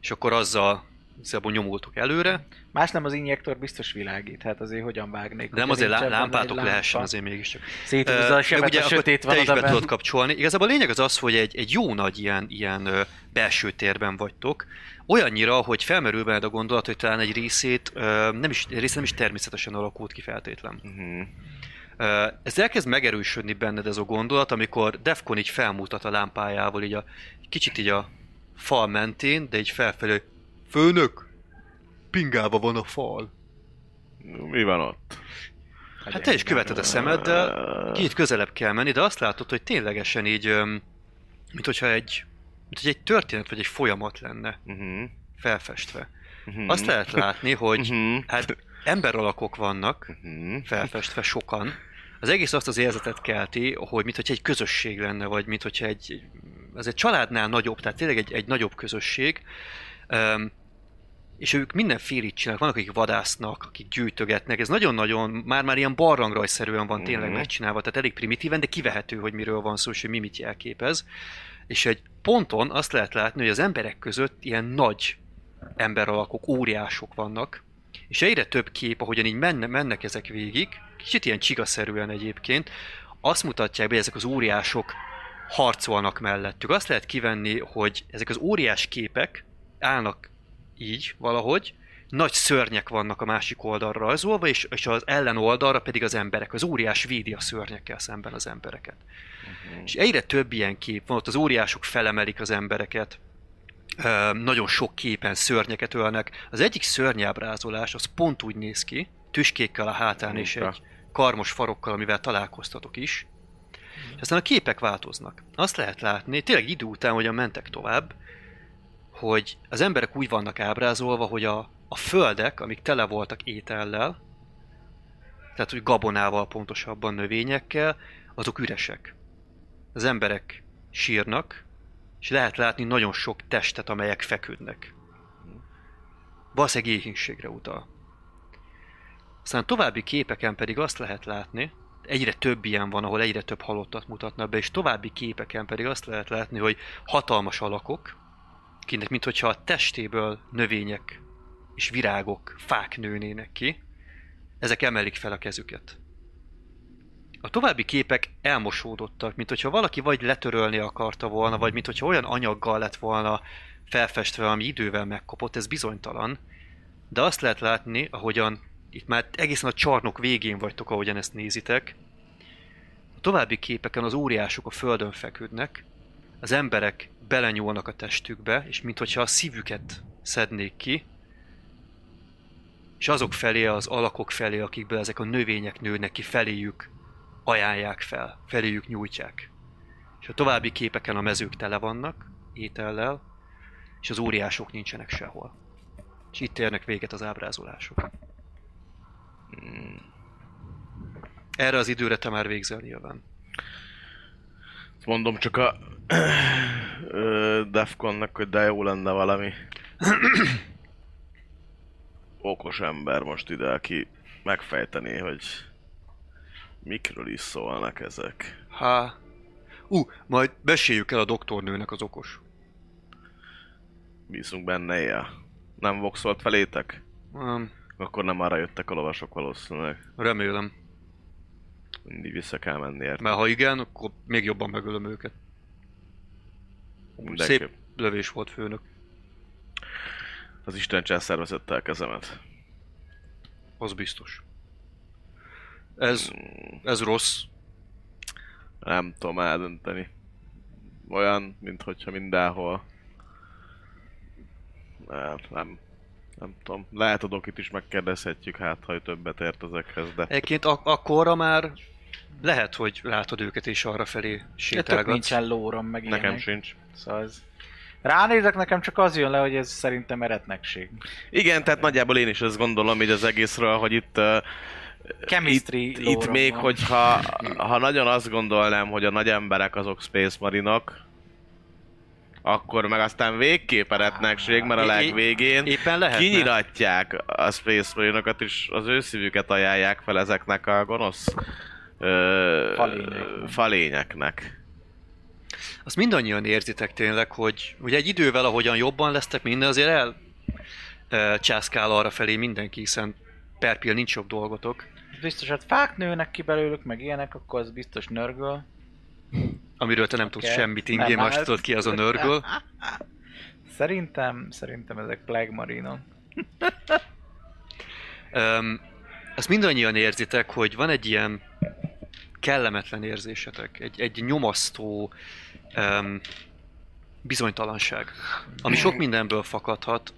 és akkor azzal Szabon nyomultok előre,
Más nem az injektor biztos világít, hát azért hogyan vágnék.
de nem
hogyha
azért lá-
nincsen benne egy
lámpátok
lámpa.
lehessen azért mégiscsak.
Széthúzza
Ö,
a sebet,
meg
ugye, a
akkor
sötét van
te is be
oda
tudod kapcsolni. Igazából a lényeg az az, hogy egy, egy jó nagy ilyen, ilyen ö, belső térben vagytok, olyannyira, hogy felmerül benned a gondolat, hogy talán egy részét ö, nem is, egy része nem is természetesen alakult ki feltétlen.
Mhm.
Ö, Ez elkezd megerősödni benned ez a gondolat, amikor Defcon így felmutat a lámpájával, így a, kicsit így a fal mentén, de így felfelé, hogy főnök, pingába van a fal.
Mi van ott?
Hát te is követed a szemeddel, Kicsit közelebb kell menni, de azt látod, hogy ténylegesen így, öm, mint hogyha egy, mint hogy egy történet vagy egy folyamat lenne
Mhm.
felfestve.
Mhm.
Azt lehet látni, hogy
Mhm.
hát emberalakok vannak
Mhm.
felfestve sokan. Az egész azt az érzetet kelti, hogy mintha egy közösség lenne, vagy mintha egy, ez egy családnál nagyobb, tehát tényleg egy, egy nagyobb közösség. Öm, és ők mindenfélét csinálnak, vannak, akik vadásznak, akik gyűjtögetnek, ez nagyon-nagyon, már-már ilyen barlangrajszerűen van tényleg
Mhm.
megcsinálva, tehát elég primitíven, de kivehető, hogy miről van szó, és hogy mi mit jelképez. És egy ponton azt lehet látni, hogy az emberek között ilyen nagy emberalakok, óriások vannak, és egyre több kép, ahogyan így menne, mennek ezek végig, kicsit ilyen csigaszerűen egyébként, azt mutatják be, hogy ezek az óriások harcolnak mellettük. Azt lehet kivenni, hogy ezek az óriás képek állnak így valahogy, nagy szörnyek vannak a másik oldalra rajzolva, és, és az ellen oldalra pedig az emberek. Az óriás védi a szörnyekkel szemben az embereket. És egyre több ilyen kép van, ott az óriások felemelik az embereket, Ö, nagyon sok képen szörnyeket ölnek. Az egyik szörnyábrázolás az pont úgy néz ki, tüskékkel a hátán és
Munka.
egy karmos farokkal, amivel találkoztatok is. És aztán a képek változnak. Azt lehet látni, tényleg idő után, hogyan mentek tovább, hogy az emberek úgy vannak ábrázolva, hogy a, a földek, amik tele voltak étellel, tehát úgy gabonával pontosabban növényekkel, azok üresek. Az emberek sírnak, és lehet látni nagyon sok testet, amelyek feküdnek. Valószínűleg éhínségre utal. Aztán további képeken pedig azt lehet látni, egyre több ilyen van, ahol egyre több halottat mutatnak be, és további képeken pedig azt lehet látni, hogy hatalmas alakok, kinek minthogyha a testéből növények és virágok, fák nőnének ki, ezek emelik fel a kezüket. A további képek elmosódottak, mint hogyha valaki vagy letörölni akarta volna, vagy mint hogyha olyan anyaggal lett volna felfestve, ami idővel megkopott, ez bizonytalan. De azt lehet látni, ahogyan itt már egészen a csarnok végén vagytok, ahogyan ezt nézitek. A további képeken az óriások a földön feküdnek, az emberek belenyúlnak a testükbe, és minthogyha a szívüket szednék ki, és azok felé, az alakok felé, akikből ezek a növények nőnek ki, feléjük ajánlják fel, feléjük nyújtják. És a további képeken a mezők tele vannak étellel, és az óriások nincsenek sehol. És itt érnek véget az ábrázolások. Erre az időre te már végzel nyilván.
Azt Mondom csak a ö, Defconnak, hogy de jó lenne valami okos ember most ide, aki megfejtené, hogy mikről is szólnak ezek.
Há... Ú, majd meséljük el a doktornőnek az okos.
Bízunk benne, ja. Nem voxolt felétek?
Um,
Akkor nem arra jöttek a lovasok valószínűleg.
remélem,
Mindig vissza kell menni érte.
mert ha igen, akkor még jobban megölöm őket. Szép
Mindenképp.
lövés volt főnök.
az Isten császárvezette el kezemet.
Az biztos. Ez, ez rossz.
Nem tudom eldönteni. Olyan, mint hogyha mindenhol... Nem, nem, nem tudom. Lehet a dokit is megkérdezhetjük, hát ha ő többet ért ezekhez, de...
Egyébként ak- akkorra már lehet, hogy látod őket és arra felé
De tök
sétálgatsz.
nincsen lórom, meg ilyenek.
Nekem sincs.
Szóval ez... Ránézek, nekem csak az jön le, hogy ez szerintem eretnekség.
Igen, tehát nagyjából én is ezt gondolom így az egészről, hogy itt uh,
Chemistry
itt, itt
lóra
még,
van.
hogyha ha nagyon azt gondolnám, hogy a nagy emberek azok Space Marinok, akkor meg aztán végképp eretnekség, mert a
I- i-
legvégén
Éppen lehet.
kinyilatják a Space Marinokat, és az ő szívüket ajánlják fel ezeknek a gonosz ö,
Falényeknek.
falényeknek.
Azt mindannyian érzitek tényleg, hogy ugye egy idővel, ahogyan jobban lesztek minden, azért el e, császkál arra felé mindenki, hiszen per pill nincs jobb dolgotok.
Biztos, hát fák nőnek ki belőlük, meg ilyenek, akkor az biztos nörgöl.
Amiről te nem okay. tudsz
Oké.
semmit,
Nem,
ingém,
nem,
most
ez-
tudod ki az a nörgöl.
Szerintem, szerintem ezek Plague Marinok.
Um, ezt mindannyian érzitek, hogy van egy ilyen kellemetlen érzésetek, egy, egy nyomasztó um, bizonytalanság, ami sok mindenből fakadhat.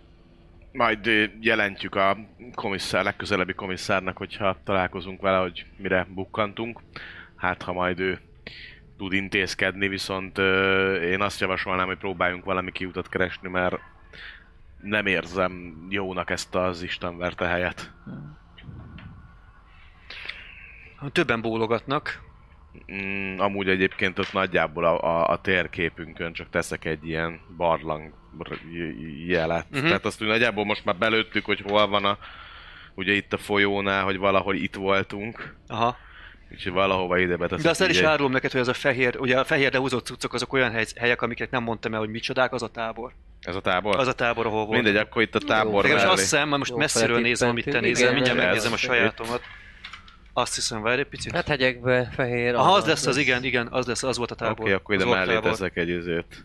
Majd ö, jelentjük a komisszár, legközelebbi komisszárnak, hogyha találkozunk vele, hogy mire bukkantunk. Hát, ha majd ő tud intézkedni, viszont ö, én azt javasolnám, hogy próbáljunk valami kiutat keresni, mert nem érzem jónak ezt az Isten verte helyet.
Többen bólogatnak,
Mm, amúgy egyébként ott nagyjából a, a, a térképünkön csak teszek egy ilyen barlang r- j- j- jelet.
Mhm.
Uh-huh. Tehát azt úgy nagyjából most már belőttük, hogy hol van a... Ugye itt a folyónál, hogy valahol itt voltunk.
Aha.
Úgyhogy valahova ide beteszek.
De azt el
így
is
egy-
árulom neked, hogy ez a fehér, ugye a fehér lehúzott cuccok azok olyan hely, helyek, amiket nem mondtam el, hogy micsodák, az a tábor.
Ez a tábor?
Az a tábor, ahol volt.
Mindegy, akkor itt a tábor
Nekem is azt
mellé.
hiszem, mert most
Jó,
messziről
feltippentünk.
nézem, amit te
Igen,
nézel, mindjárt
ez-
megnézem a sajátomat. Azt hiszem, várj egy picit.
Hát hegyekbe, fehér.
Aha, az
alma.
lesz az, igen, igen, az lesz, az volt a tábor.
Oké, okay, akkor
Az
ide
volt a
mellé
tábor.
teszek egy izőt.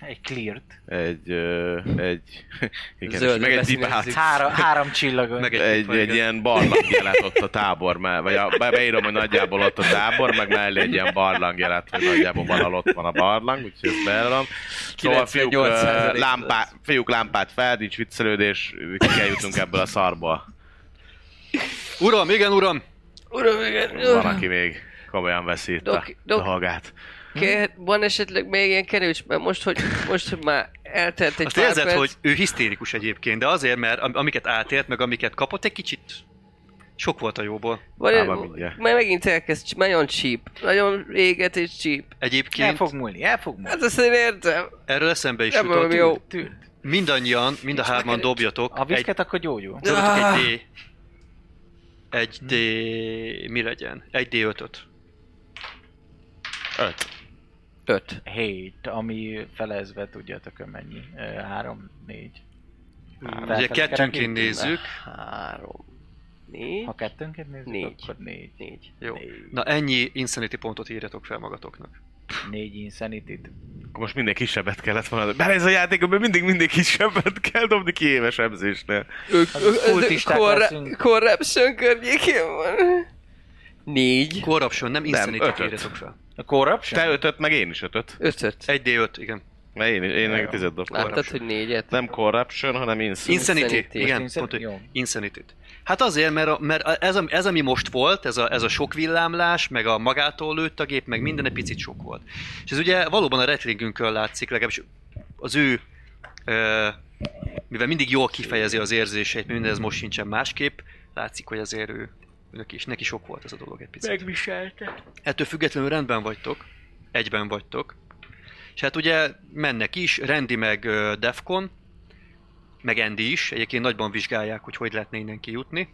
Egy cleart.
Egy... Ö, egy... Igen, és
Zöldre
meg egy
beszínezzük.
hibát.
Három, három csillagon.
Meg egy,
egy, egy ilyen barlangjelet ott a tábor mell, vagy a, be- beírom, hogy nagyjából ott a tábor, meg mellé egy ilyen barlangjelet, hogy nagyjából valahol ott van a barlang, úgyhogy ezt beírom. Szóval a fiúk, ö,
98%
lámpá, fiúk lámpát fel, nincs viccelődés, ki kell jutnunk ebből a szarból.
Uram, igen, uram!
Uram, igen.
Van,
uram.
aki még komolyan veszi itt a
Doki, doki.
dolgát.
Kér, van esetleg még ilyen kerülés, mert most, hogy, most, hogy már eltelt egy
Azt
pár
érzed,
perc,
hogy ő hisztérikus egyébként, de azért, mert am- amiket átélt, meg amiket kapott, egy kicsit sok volt a jóból.
Van,
Á, már mindjárt.
már megint elkezd, cs- nagyon csíp. Nagyon éget és csíp.
El
Egyébként
fog múlni, el fog múlni.
Hát azt én értem.
erről eszembe is
Nem
jutott,
valami jó.
Tűnt.
mindannyian, mind a hárman dobjatok
A
egy
viszket akkor gyógyul.
Dobjatok
Ah.
egy D... Egy D... Mi legyen? Egy D5-öt.
Öt.
Öt.
7, ami felezve tudjátok mennyi. 3, 4.
Ugye kettőnként nézzük.
Három. Négy.
Ha kettőnként nézzük,
Négy.
akkor 4.
Négy.
Jó. Na ennyi insanity pontot írjatok fel magatoknak.
4 insanity -t.
Akkor most minden kisebbet kellett volna. Bár ez a játékban mindig mindig kisebbet kell dobni ki éves ebzésnél.
Ők,
kultisták leszünk.
Corruption környékén van. Négy.
Corruption, nem insanity
ötöt.
írjatok fel.
A corruption?
Te ötöt, meg én is ötöt.
Ötöt.
Egy D5, igen.
Mert én, én meg tized dobtam.
Láttad, hogy négyet?
Nem corruption, hanem insult.
Insanity,
Insanity.
igen.
Most insanity?
Pont,
Jó.
insanity Hát azért, mert, a, mert a- ez, ami- ez, ami most volt, ez a, ez a sok villámlás, meg a magától lőtt a gép, meg minden egy picit sok volt. És ez ugye valóban a retlingünkön látszik, legalábbis az ő, ö, mivel mindig jól kifejezi az érzéseit, minden ez most sincsen másképp, látszik, hogy azért ő, neki, is, neki sok volt ez a dolog egy picit. Megviselte. Ettől függetlenül rendben vagytok, egyben vagytok. És hát ugye mennek is, Randy meg ö, Defcon, meg Andy is, egyébként nagyban vizsgálják, hogy hogy lehetne innen kijutni.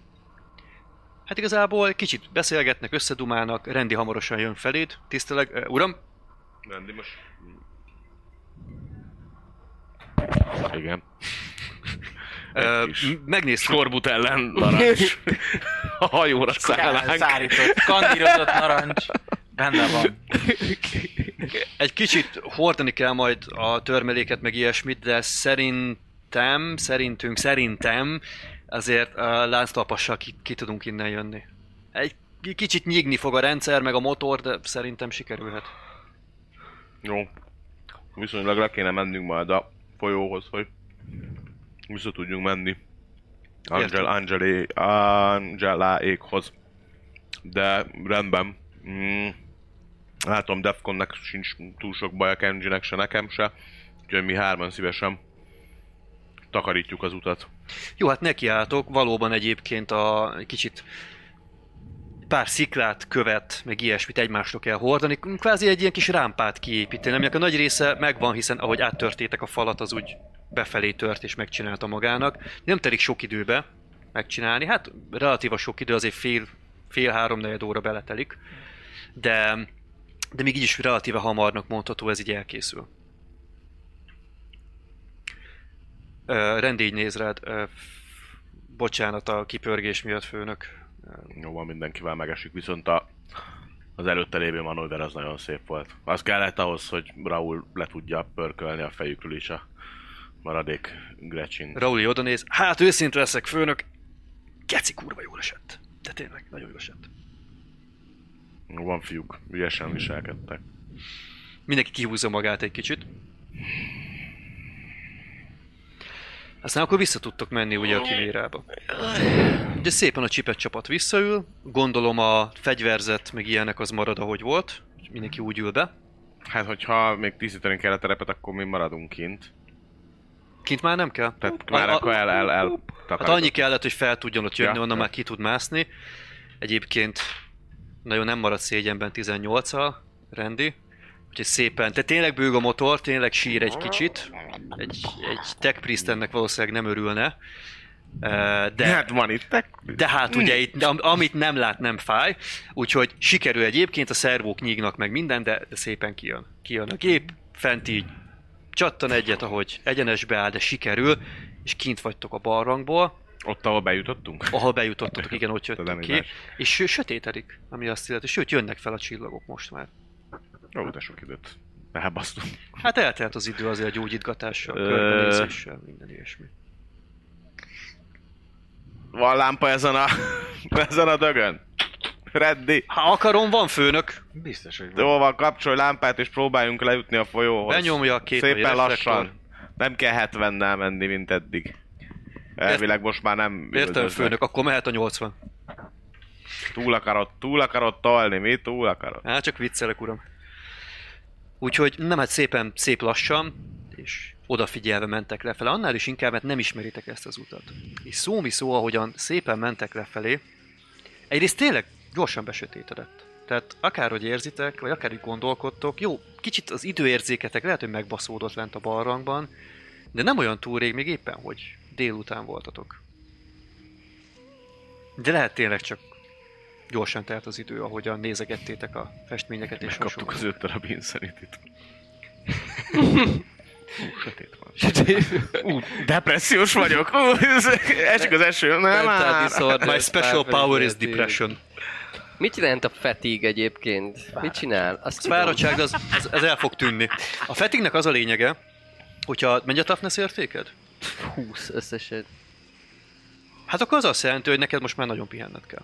Hát igazából kicsit beszélgetnek, összedumálnak, Rendi hamarosan jön feléd, tiszteleg, ö, uram,
Rendi most... Igen.
ö,
kis
eh, m- megnéztük,
Skorbut ellen narancs. A hajóra szállnánk.
Szárított, kandírozott narancs. Benne van.
egy kicsit hordani kell majd a törmeléket, meg ilyesmit, de szerintem szerintem, szerintünk, szerintem azért a lánctalpassal ki, ki tudunk innen jönni. Egy kicsit nyígni fog a rendszer, meg a motor, de szerintem sikerülhet.
Jó. Viszonylag le kéne mennünk majd a folyóhoz, hogy vissza tudjunk menni. Angel, Angelé, Angela ékhoz. De rendben. Mm. Látom, Defconnek sincs túl sok baj a Kenjinek se, nekem se. Úgyhogy mi hárman szívesen takarítjuk az utat.
Jó, hát nekiálltok. Valóban egyébként a kicsit pár sziklát, követ, meg ilyesmit egymásra kell hordani. Kvázi egy ilyen kis rámpát kiépíteni, aminek a nagy része megvan, hiszen ahogy áttörtétek a falat, az úgy befelé tört és megcsinálta magának. Nem telik sok időbe megcsinálni, hát relatíva sok idő, azért fél, fél három negyed óra beletelik, de, de még így is relatíve hamarnak mondható, ez így elkészül. Ö, rendégy néz rád. Ö, f- bocsánat a kipörgés miatt, főnök.
Jó, van mindenkivel megesik, viszont a, az előtte lévő manőver az nagyon szép volt. Az kellett ahhoz, hogy Raul le tudja pörkölni a fejükről is a maradék Gretchen.
Rauli oda néz. Hát őszinte leszek, főnök. Geci kurva jól esett. De tényleg, nagyon jól esett.
Jó, Van fiúk, ügyesen viselkedtek.
Mindenki kihúzza magát egy kicsit. Aztán akkor vissza tudtok menni ugye a kimérába. Ugye szépen a csipet csapat visszaül, gondolom a fegyverzet meg ilyenek az marad ahogy volt, mindenki úgy ül be.
Hát, hogyha még tisztítani kell a terepet, akkor mi maradunk kint.
Kint már nem kell?
Tehát már
a-
akkor el, el, el
Hát annyi kellett, hogy fel tudjon ott jönni,
Ja,
ja, onnan
ja.
már ki tud mászni. Egyébként nagyon nem maradt szégyenben 18-al, rendi. Úgyhogy szépen, tehát tényleg bőg a motor, tényleg sír egy kicsit. Egy, egy tech priest ennek valószínűleg nem örülne. Ö,
De.
De,
Hát van itt,
de hát ugye itt, de am- amit nem lát, nem fáj. Úgyhogy sikerül egyébként, a szervók nyígnak meg minden, de, de szépen kijön. Kijön a gép, fent így csattan egyet, ahogy egyenesbe áll, de sikerül, és kint vagytok a barlangból
ott, ahol bejutottunk.
ahol bejutottatok, igen, ott
Tudom,
jöttünk
hogy
ki.
más.
És ső- sötétedik, ami azt illeti. Sőt, jönnek fel a csillagok most már.
Jó, de sok időt. Elbasztunk.
Hát eltelt az idő azért a gyógyítgatással,
Ö.
körbenézéssel, minden ilyesmi.
Van lámpa ezen a, ezen a dögön? Reddi,
Ha akarom, van főnök.
Biztos, hogy van.
jó van, kapcsolj lámpát és próbáljunk lejutni a folyóhoz.
Benyomja a két
Szépen lassan. Nem kell 70-nel menni, mint eddig. Elvileg most már nem
Értem,
üldöznek.
főnök, akkor mehet a 80.
Túl akarod, túl akarod tolni, mi túl akarod?
Á, Hát csak viccelek, uram. Úgyhogy nem, hát szépen, szép lassan, és odafigyelve mentek lefelé. Annál is inkább, mert nem ismeritek ezt az utat. És szó mi szó, ahogyan szépen mentek lefelé, egyrészt tényleg gyorsan besötétedett. Tehát akárhogy érzitek, vagy akárhogy gondolkodtok, jó, kicsit az időérzéketek lehet, hogy megbaszódott lent a barlangban, de nem olyan túl rég, még éppen, hogy délután voltatok. De lehet tényleg csak gyorsan telt az idő, ahogyan nézegettétek a festményeket és
Megkaptuk az
hasonlókat.
öt darab insanity-t. Hú, sötét van. Ú, depressziós vagyok. Ú, ez- esik az eső. Nem
Mental
már.
disorder,
My special power is
párbeszéd.
depression.
Mit jelent a fatigue egyébként? Mit csinál? Azt tudom.
Fáradtság, az, az, az el fog tűnni. A fettingnek az a lényege, hogyha megy a toughness értéked,
20 összesen.
hát akkor az azt jelenti, hogy neked most már nagyon pihenned kell.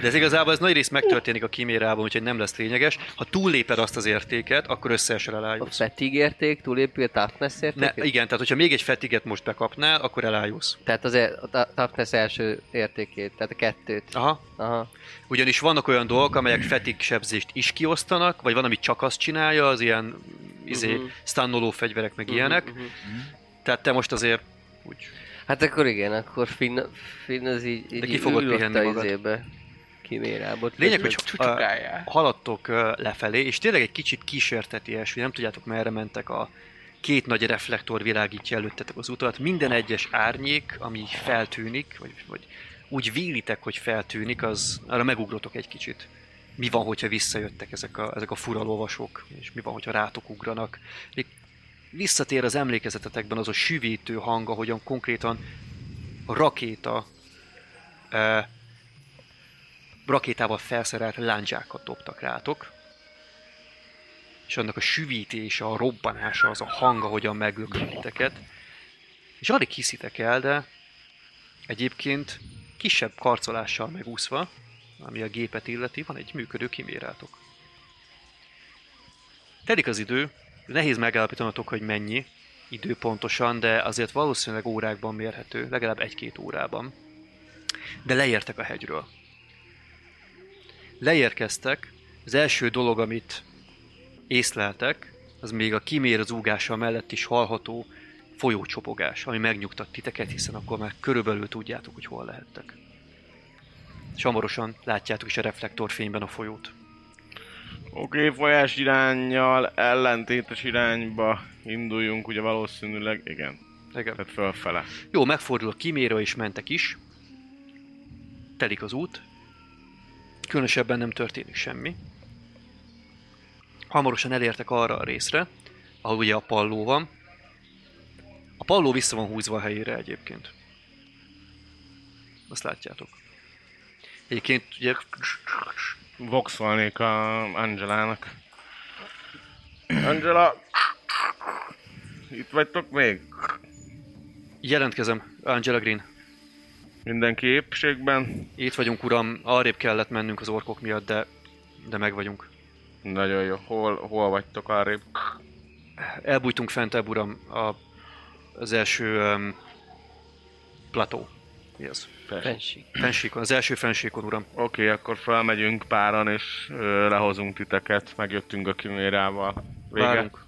De ez igazából ez nagy rész megtörténik a kímérában, úgyhogy nem lesz lényeges. Ha túlléped azt az értéket, akkor összeesel
A
elájulsz.
fatigue érték túlépül a toughness
Ne,
érték?
igen, tehát hogyha még egy fetiget most bekapnál, akkor elájulsz.
Tehát az e- a ta- toughness első értékét, tehát a kettőt.
Aha.
Aha.
Ugyanis vannak olyan dolgok, amelyek fetik sebzést is kiosztanak, vagy van, ami csak azt csinálja, az ilyen izé,
Mhm.
uh-huh. stannoló fegyverek, meg ilyenek.
Mhm, mhm.
Tehát te most azért úgy
Hát akkor igen, akkor Finn, Finn az így, így
De ki fogod
ül ott
pihenni
a
magad?
izébe. Kimérábot.
Lényeg, hogy ö,
Csucsukáját.
haladtok ö, lefelé, és tényleg egy kicsit kísérteties, hogy nem tudjátok merre mentek a két nagy reflektor világítja előttetek az utat. Minden egyes árnyék, ami feltűnik, vagy, vagy úgy vélitek, hogy feltűnik, az arra megugrotok egy kicsit. Mi van, hogyha visszajöttek ezek a, ezek a furalovasok, és mi van, hogyha rátok ugranak. Még visszatér az emlékezetetekben az a süvítő hang, ahogyan konkrétan a rakéta ö, rakétával felszerelt lándzsákat dobtak rátok, és annak a süvítése, a robbanása, az a hang, ahogyan megököliteket. És alig hiszitek el, de egyébként kisebb karcolással megúszva, ami a gépet illeti, van egy működő kimérátok. Telik az idő, nehéz megállapítanatok, hogy mennyi idő pontosan, de azért valószínűleg órákban mérhető, legalább egy-két órában. De leértek a hegyről. Leérkeztek, az első dolog, amit észleltek, az még a kimér az úgása mellett is hallható folyócsopogás, ami megnyugtat titeket, hiszen akkor már körülbelül tudjátok, hogy hol lehettek. És hamarosan látjátok is a reflektorfényben a folyót.
Oké, okay, folyás irányjal, ellentétes irányba induljunk, ugye valószínűleg, igen,
Igen.
tehát fölfele.
Jó, megfordul a kimérő, és mentek is. Telik az út. Különösebben nem történik semmi. Hamarosan elértek arra a részre, ahol ugye a palló van. A palló vissza van húzva a helyére egyébként. Azt látjátok. Egyébként ugye
Voxolnék a Angelának. Angela! Itt vagytok még?
jelentkezem, Angela Green.
Mindenki épségben?
Itt vagyunk, uram. Arrébb kellett mennünk az orkok miatt, de, de meg vagyunk.
Nagyon jó. Hol, hol vagytok arrébb?
Elbújtunk fentebb, uram, a, az első um, plató. Mi az?
Fenség.
Fensíkon, az első fensíkon, uram.
Oké, akkor felmegyünk páran és ö, lehozunk titeket. Megjöttünk a kimérával. Vége.
Várunk.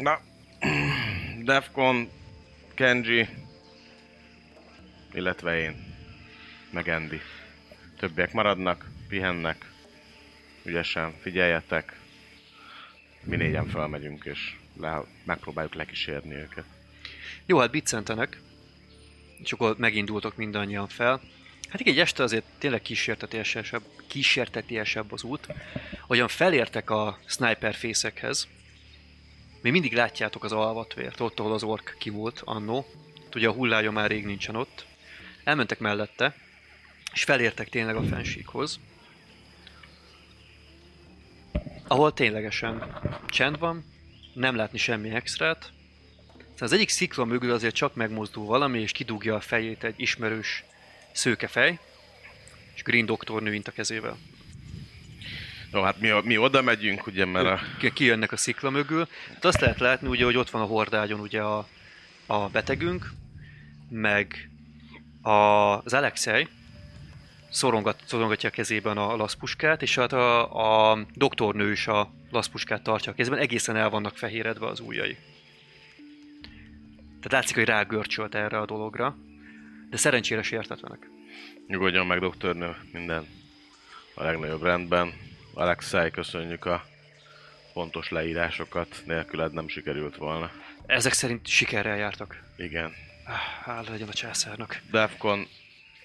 Na. Defcon, Kenji, illetve én, meg Andy. Többiek maradnak, pihennek, ügyesen figyeljetek. Mi négyen felmegyünk és le, megpróbáljuk lekísérni őket.
Jó, hát biccentenek. És akkor megindultok mindannyian fel. Hát igen, egy este azért tényleg kísértetiesebb, kísértetiesebb az út. Olyan felértek a sniper fészekhez. Még mindig látjátok az alvatvért, ott, ahol az ork ki volt annó. Hát Ugye a hullája már rég nincsen ott. Elmentek mellette, és felértek tényleg a fensíkhoz. Ahol ténylegesen csend van, nem látni semmi extrát, Szóval az egyik szikla mögül azért csak megmozdul valami, és kidugja a fejét egy ismerős szőkefej, és Green doktornő int a kezével.
Jó, hát mi, mi oda megyünk, ugye, mert a
Ki- Kijönnek a szikla mögül. Hát azt lehet látni, ugye, hogy ott van a hordágyon ugye a, a betegünk, meg a, az Alexei szorongat, szorongatja a kezében a laszpuskát, és hát a, a doktornő is a laszpuskát tartja a kezében, egészen el vannak fehéredve az ujjai. Tehát látszik, hogy rágörcsölt erre a dologra, de szerencsére sértetlenek.
Nyugodjon meg, doktornő, minden a legnagyobb rendben. Alexei, köszönjük a pontos leírásokat, nélküled nem sikerült volna.
Ezek szerint sikerrel jártak.
Igen.
Ah, Hála legyen a császárnak.
Defcon,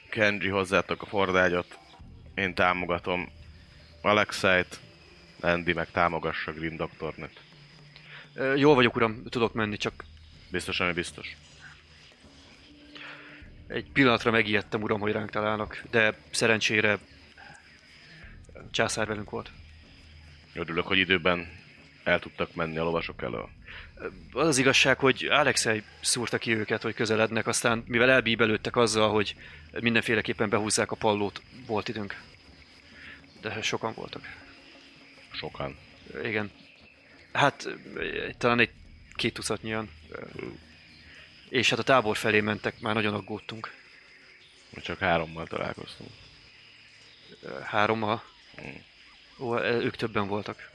Kenji hozzátok a fordágyot, én támogatom Alexeit, Andy meg támogassa Green doktornőt.
Ö, Jól vagyok, uram, tudok menni, csak
Biztos, ami biztos.
egy pillanatra megijedtem, uram, hogy ránk találnak, de szerencsére császár velünk volt.
Örülök, hogy időben el tudtak menni a lovasok elől.
Az az igazság, hogy Alexei szúrta ki őket, hogy közelednek, aztán mivel elbíbelődtek azzal, hogy mindenféleképpen behúzzák a pallót, volt időnk. De sokan voltak.
Sokan.
Igen. Hát eh, talán egy két tucatnyian. És hát a tábor felé mentek, már nagyon aggódtunk.
Mi csak hárommal találkoztunk.
Hárommal. Ó, eh, ők többen voltak.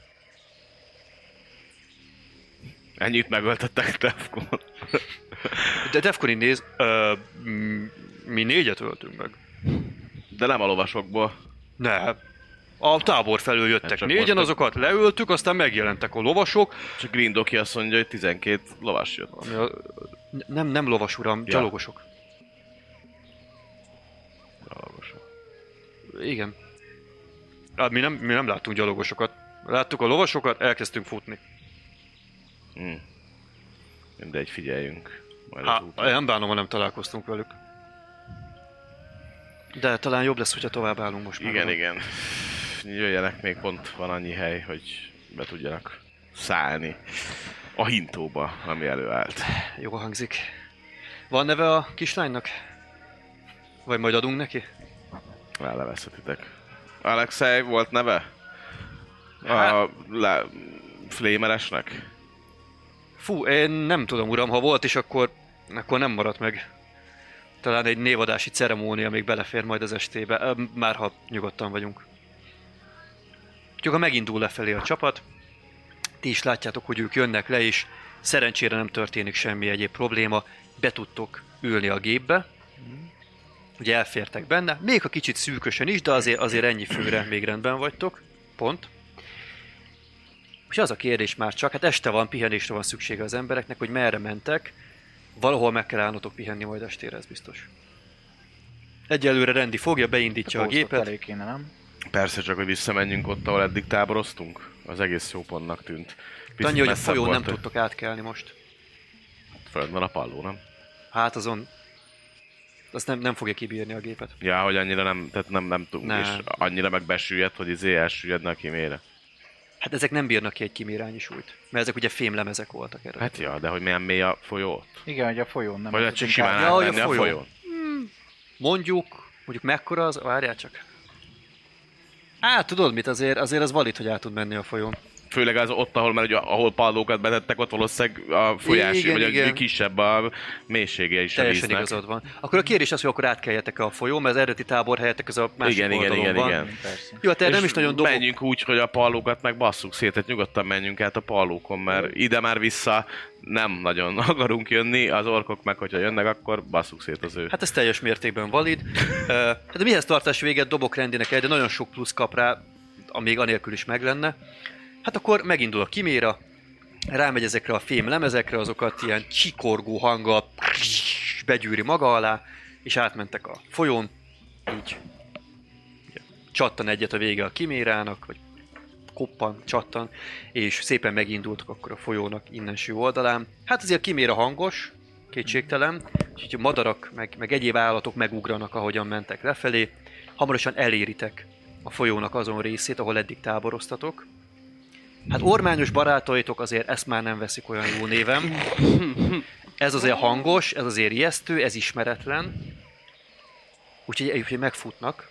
Ennyit megöltettek Defcon.
De Defconi néz, ö, m- mi négyet öltünk meg.
De nem a lovasokból.
Ne, a tábor felől
Hát
jöttek
csak
négyen,
voltak.
azokat leöltük, aztán megjelentek a lovasok.
Csak Green Doki azt mondja, hogy 12 lovas jött.
Ami a, nem, nem lovas uram, gyalogosok.
Lovasok.
Igen. Hát mi nem, mi nem láttunk gyalogosokat. Láttuk a lovasokat, elkezdtünk futni.
Mm. Mindegy, figyeljünk. Majd az
Há,
úton.
nem bánom, ha nem találkoztunk velük. De talán jobb lesz, hogyha tovább állunk most már.
Igen, igen. Jöjjenek, még pont van annyi hely, hogy be tudjanak szállni. a hintóba, ami előállt.
Jó hangzik. Van neve a kislánynak? Vagy majd adunk neki?
Elleveszhetitek. Alexei volt neve?
Hát-
A le, flémeresnek?
Fú, én nem tudom, uram, ha volt is, akkor, akkor nem maradt meg. Talán egy névadási ceremónia még belefér majd az estébe, ö, már ha nyugodtan vagyunk. Úgyhogy ha megindul lefelé a csapat, ti is látjátok, hogy ők jönnek le, és szerencsére nem történik semmi egyéb probléma, be tudtok ülni a gépbe, ugye elfértek benne, még ha kicsit szűkösen is, de azért, azért ennyi főre még rendben vagytok, pont. És az a kérdés már csak, hát este van, pihenésre van szüksége az embereknek, hogy merre mentek. Valahol meg kell állnotok pihenni majd estére, ez biztos. Egyelőre rendi fogja, beindítja a
Póstot
gépet.
elő kéne, nem?
Persze csak, hogy visszamenjünk ott, ahol eddig táboroztunk. Az egész jó pontnak tűnt. Picit
Annyi, hogy a
messzebb
folyón
volt,
nem
hogy
tudtok átkelni most.
Föld van a palló, nem?
Hát azon... Azt nem, nem fogja kibírni a gépet.
Ja, hogy annyira nem, tehát nem, nem tudunk,
Ne.
és annyira meg besüllyed, hogy izé elsüllyedne a kimére.
Hát ezek nem bírnak ki egy kimírányi súlyt. Mert ezek ugye fémlemezek voltak erre.
Hát ja, de hogy milyen mély a folyó ott?
Igen, hogy a folyón nem.
Vagy a
tudunk
csak
át-
simán
Ja, hogy a
átmenni a
folyón.
folyón?
Mondjuk, mondjuk mekkora az, várjál csak. Á, tudod mit, azért, azért az valit, hogy át tud menni a folyón.
Főleg az ott, ahol, mert ugye, ahol padlókat betettek, ott valószínűleg a folyás,
Igen,
igen, vagy igen.
igen.
a kisebb a mélysége is a
Teljesen
víznek.
igazad van. Akkor a kérdés az, hogy akkor átkeljetek a folyó, mert az eredeti tábor helyetek az a másik
Igen, igen,
oldalon
igen,
van.
igen.
Persze.
Jó, hát erre
És
nem is nagyon dobok.
Menjünk úgy, hogy a pallókat meg basszuk szét, tehát nyugodtan menjünk át a pallókon, mert ide már vissza nem nagyon akarunk jönni, az orkok meg, hogyha jönnek, akkor basszuk szét az ő. Hát,
Hát ez teljes mértékben valid. Ö, Hát de mihez tartás véget dobok rendinek egy, de nagyon sok plusz kap rá, amíg anélkül is meg lenne. Hát akkor megindul a kiméra, rámegy ezekre a fém lemezekre, azokat ilyen csikorgó hanggal begyűri maga alá, és átmentek a folyón, így ugye, csattan egyet a vége a kimérának, vagy koppan, csattan, és szépen megindultak akkor a folyónak innenső oldalán. Hát azért a kiméra hangos, kétségtelen, úgyhogy a madarak, meg, meg egyéb állatok megugranak, ahogyan mentek lefelé. Hamarosan eléritek a folyónak azon részét, ahol eddig táboroztatok. Hát ormányos barátaitok azért ezt már nem veszik olyan jó névem. Ez azért hangos, ez azért ijesztő, ez ismeretlen. Úgyhogy, úgyhogy megfutnak.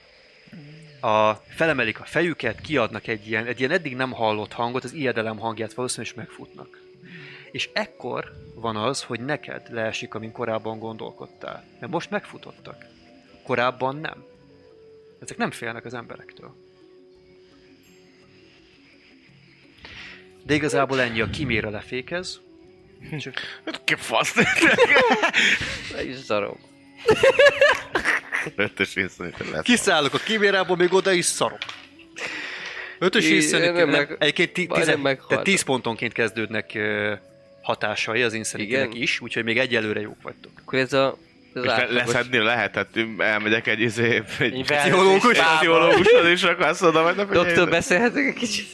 A, felemelik a fejüket, kiadnak egy ilyen, egy ilyen eddig nem hallott hangot, az ijedelem hangját valószínűleg is megfutnak. És ekkor van az, hogy neked leesik, amin korábban gondolkodtál. Mert most megfutottak. Korábban nem. Ezek nem félnek az emberektől. De igazából ennyi a kimére lefékez. Csak
fasz,
Le is zarom.
ötös inszeniten lesz.
Kiszállok a kimérából, még oda is szarok. Ötös
Jé,
inszenitől,
majdnem
nem,
meg-
egyébként ti,
majdnem
tizen, tehát
meghaltam.
10 pontonként kezdődnek ö, hatásai az inszenitőnek
Igen?
is, úgyhogy még egyelőre jók vagytok.
Akkor ez a... Ez
És le,
átlagos.
leszedni lehet, tehát elmegyek egy izé, egy
Pszichológus?
pszichológushoz, és akkor azt mondom, hogy ne
Doktor,
figyelj,
beszélhetek egy kicsit?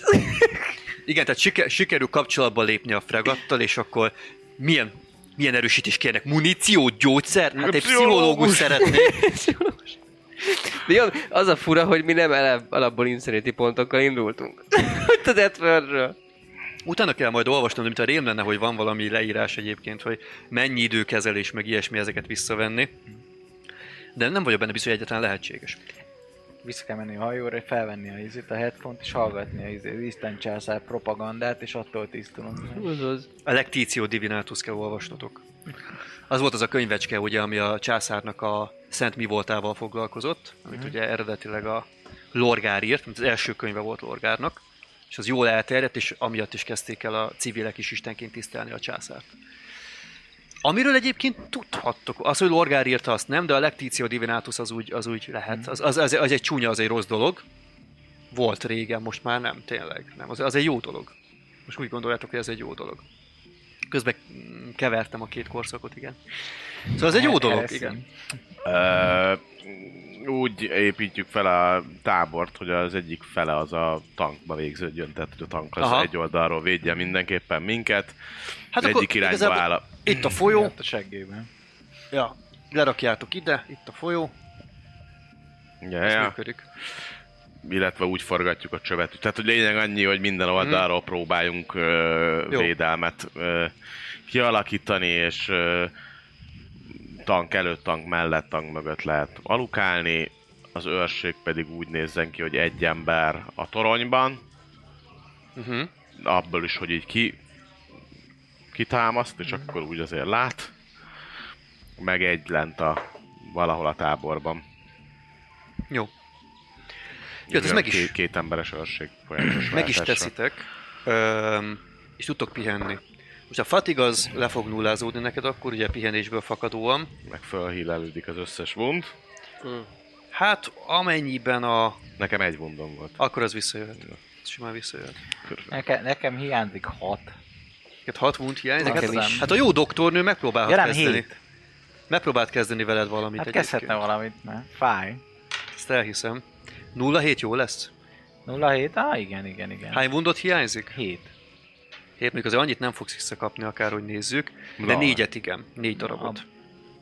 Igen, tehát siker, sikerül kapcsolatba lépni a fregattal, és akkor milyen, milyen erősítést kérnek? Muníció, gyógyszer? Hát egy pszichológus szeretné.
De jó, az a fura, hogy mi nem ele, alapból insanity pontokkal indultunk. hát Ott az 70
Utána kell majd olvasnom, de mint a rém lenne, hogy van valami leírás egyébként, hogy mennyi időkezelés, meg ilyesmi ezeket visszavenni. De nem vagyok benne biztos, hogy egyáltalán lehetséges.
Vissza kell menni a hajóra, felvenni a izét, a headphone-t, és hallgatni a izét, Isten császár propagandát, és attól tisztulunk.
Azaz.
A Lectitio Divinatus kell olvasnotok. Az volt az a könyvecske, ugye, ami a császárnak a Szent Mi voltával foglalkozott, amit ugye eredetileg a Lorgár írt, mint az első könyve volt Lorgárnak, és az jól elterjedt, és amiatt is kezdték el a civilek is istenként tisztelni a császárt. Amiről egyébként tudhattok, az, hogy Lorgár írta, azt nem, de a Lectitio Divinatus az úgy, az úgy
Mhm.
lehet. Az, az, az, az egy csúnya, az egy rossz dolog. Volt régen, most már nem, tényleg. Nem, az, az egy jó dolog. Most úgy gondoljátok, hogy ez egy jó dolog. Közben mm, kevertem a két korszakot, igen. Szóval ez egy
E,
jó dolog,
Elszín.
igen.
Ö, úgy építjük fel a tábort, hogy az egyik fele az a tankba végződjön, tehát hogy a tank az
Aha.
egy oldalról védje mindenképpen minket,
Hát
hát
akkor
egyik irányba
igazából-
áll a...
Itt a folyó,
Ott a seggében.
ja, lerakjátok ide, itt a folyó,
Ja,
ez
ja.
működik.
illetve úgy forgatjuk a csövet. Tehát hogy lényeg annyi, hogy minden oldalról próbáljunk ö,
Jó.
védelmet ö, kialakítani, és ö, tank előtt, tank mellett, tank mögött lehet alukálni. Az őrség pedig úgy nézzen ki, hogy egy ember a toronyban,
Uh-huh.
abból is, hogy így ki kitámaszt, és akkor úgy azért lát. Meg egy lent a valahol a táborban.
Jó. Jó, hát ez
Olyan
meg is,
Két, két emberes őrség folyamatos
meg is
váltásra.
teszitek, öm, és tudtok pihenni. Most a fatig az le fog nullázódni neked akkor, ugye pihenésből fakadóan.
Meg fölhílelődik az összes wund.
Hát amennyiben a...
Nekem egy wundom volt.
Akkor az visszajöhet. Simán visszajöhet.
Nekem, nekem hiányzik hat.
Hát 6 wund hiányzik.
Nekem
Hát,
is.
hát a jó doktornő megpróbálhat
Ja, nem,
kezdeni.
hét.
Megpróbált kezdeni veled valamit
Hát
egyébként.
kezdhetne valamit, mert fáj.
Ezt elhiszem. 0-7 jó lesz?
07? Á, igen, igen, igen.
Hány wundot hiányzik?
7.
Hét, még azért annyit nem fogsz visszakapni, akárhogy nézzük, de
Na.
négyet igen, négy darabot.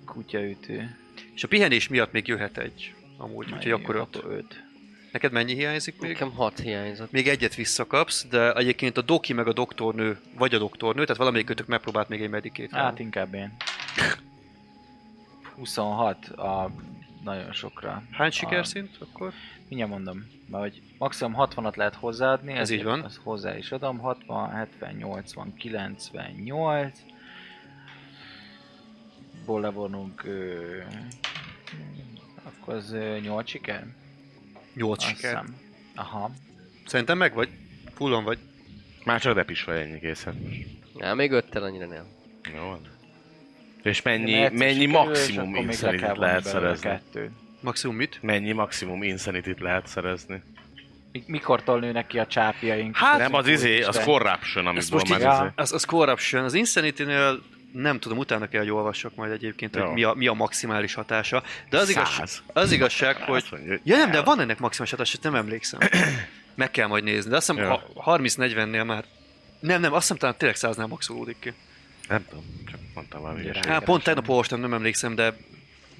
Kutyaütő.
És a pihenés miatt még jöhet egy, amúgy, úgyhogy akkor öt.
5.
Neked mennyi hiányzik még?
Nekem hat hiányzott.
Még egyet visszakapsz, de egyébként a doki meg a doktornő, vagy a doktornő, tehát valamelyikőtök megpróbált még egy medikét.
Hát inkább én. 26 a nagyon sokra.
Hány sikerszint akkor?
Mindjárt mondom, mert hogy maximum 60-at lehet hozzáadni,
Ez így
ezért
van.
Azt hozzá is adom, 60, 70, 80, 98. Ból levonunk, ö, akkor az ö, 8 siker?
Nyolc
Azt
siker.
hiszem. Aha.
Szerintem meg vagy? Fullon vagy?
Már csak dep is vagy ennyi készen.
Nem, még öttel annyira nem.
Jó van. És
Ja,
mennyi,
mert egyszer
mennyi
sikerül, és
maximum
akkor még le kell
insanity
vonni
lehet
belőle
szerezni?
kettőt.
Maximum mit?
Mennyi maximum insanity lehet szerezni?
Mi- Mikortól nőnek ki a csápjaink?
Hát,
nem az izé, az
Úristen.
corruption,
Ezt
amiből
most
már
így,
izé.
Ja.
az, az Corruption, az Insanity-nél nem tudom, utána kell, hogy olvassok majd egyébként,
Jó.
hogy mi a, mi a maximális hatása. De az, igazság,
Száz.
az igazság, hogy...
Azt mondja, hogy
Ja nem, de van ennek maximális hatása, nem emlékszem. Meg kell majd nézni, de azt hiszem
Jó.
ha 30-40-nél már... Nem, nem, azt hiszem talán tényleg 100-nál maxolódik ki.
Nem tudom, csak mondtam valami
Gyere.
ilyesmit.
Hát pont tegnap olvastam, nem emlékszem, de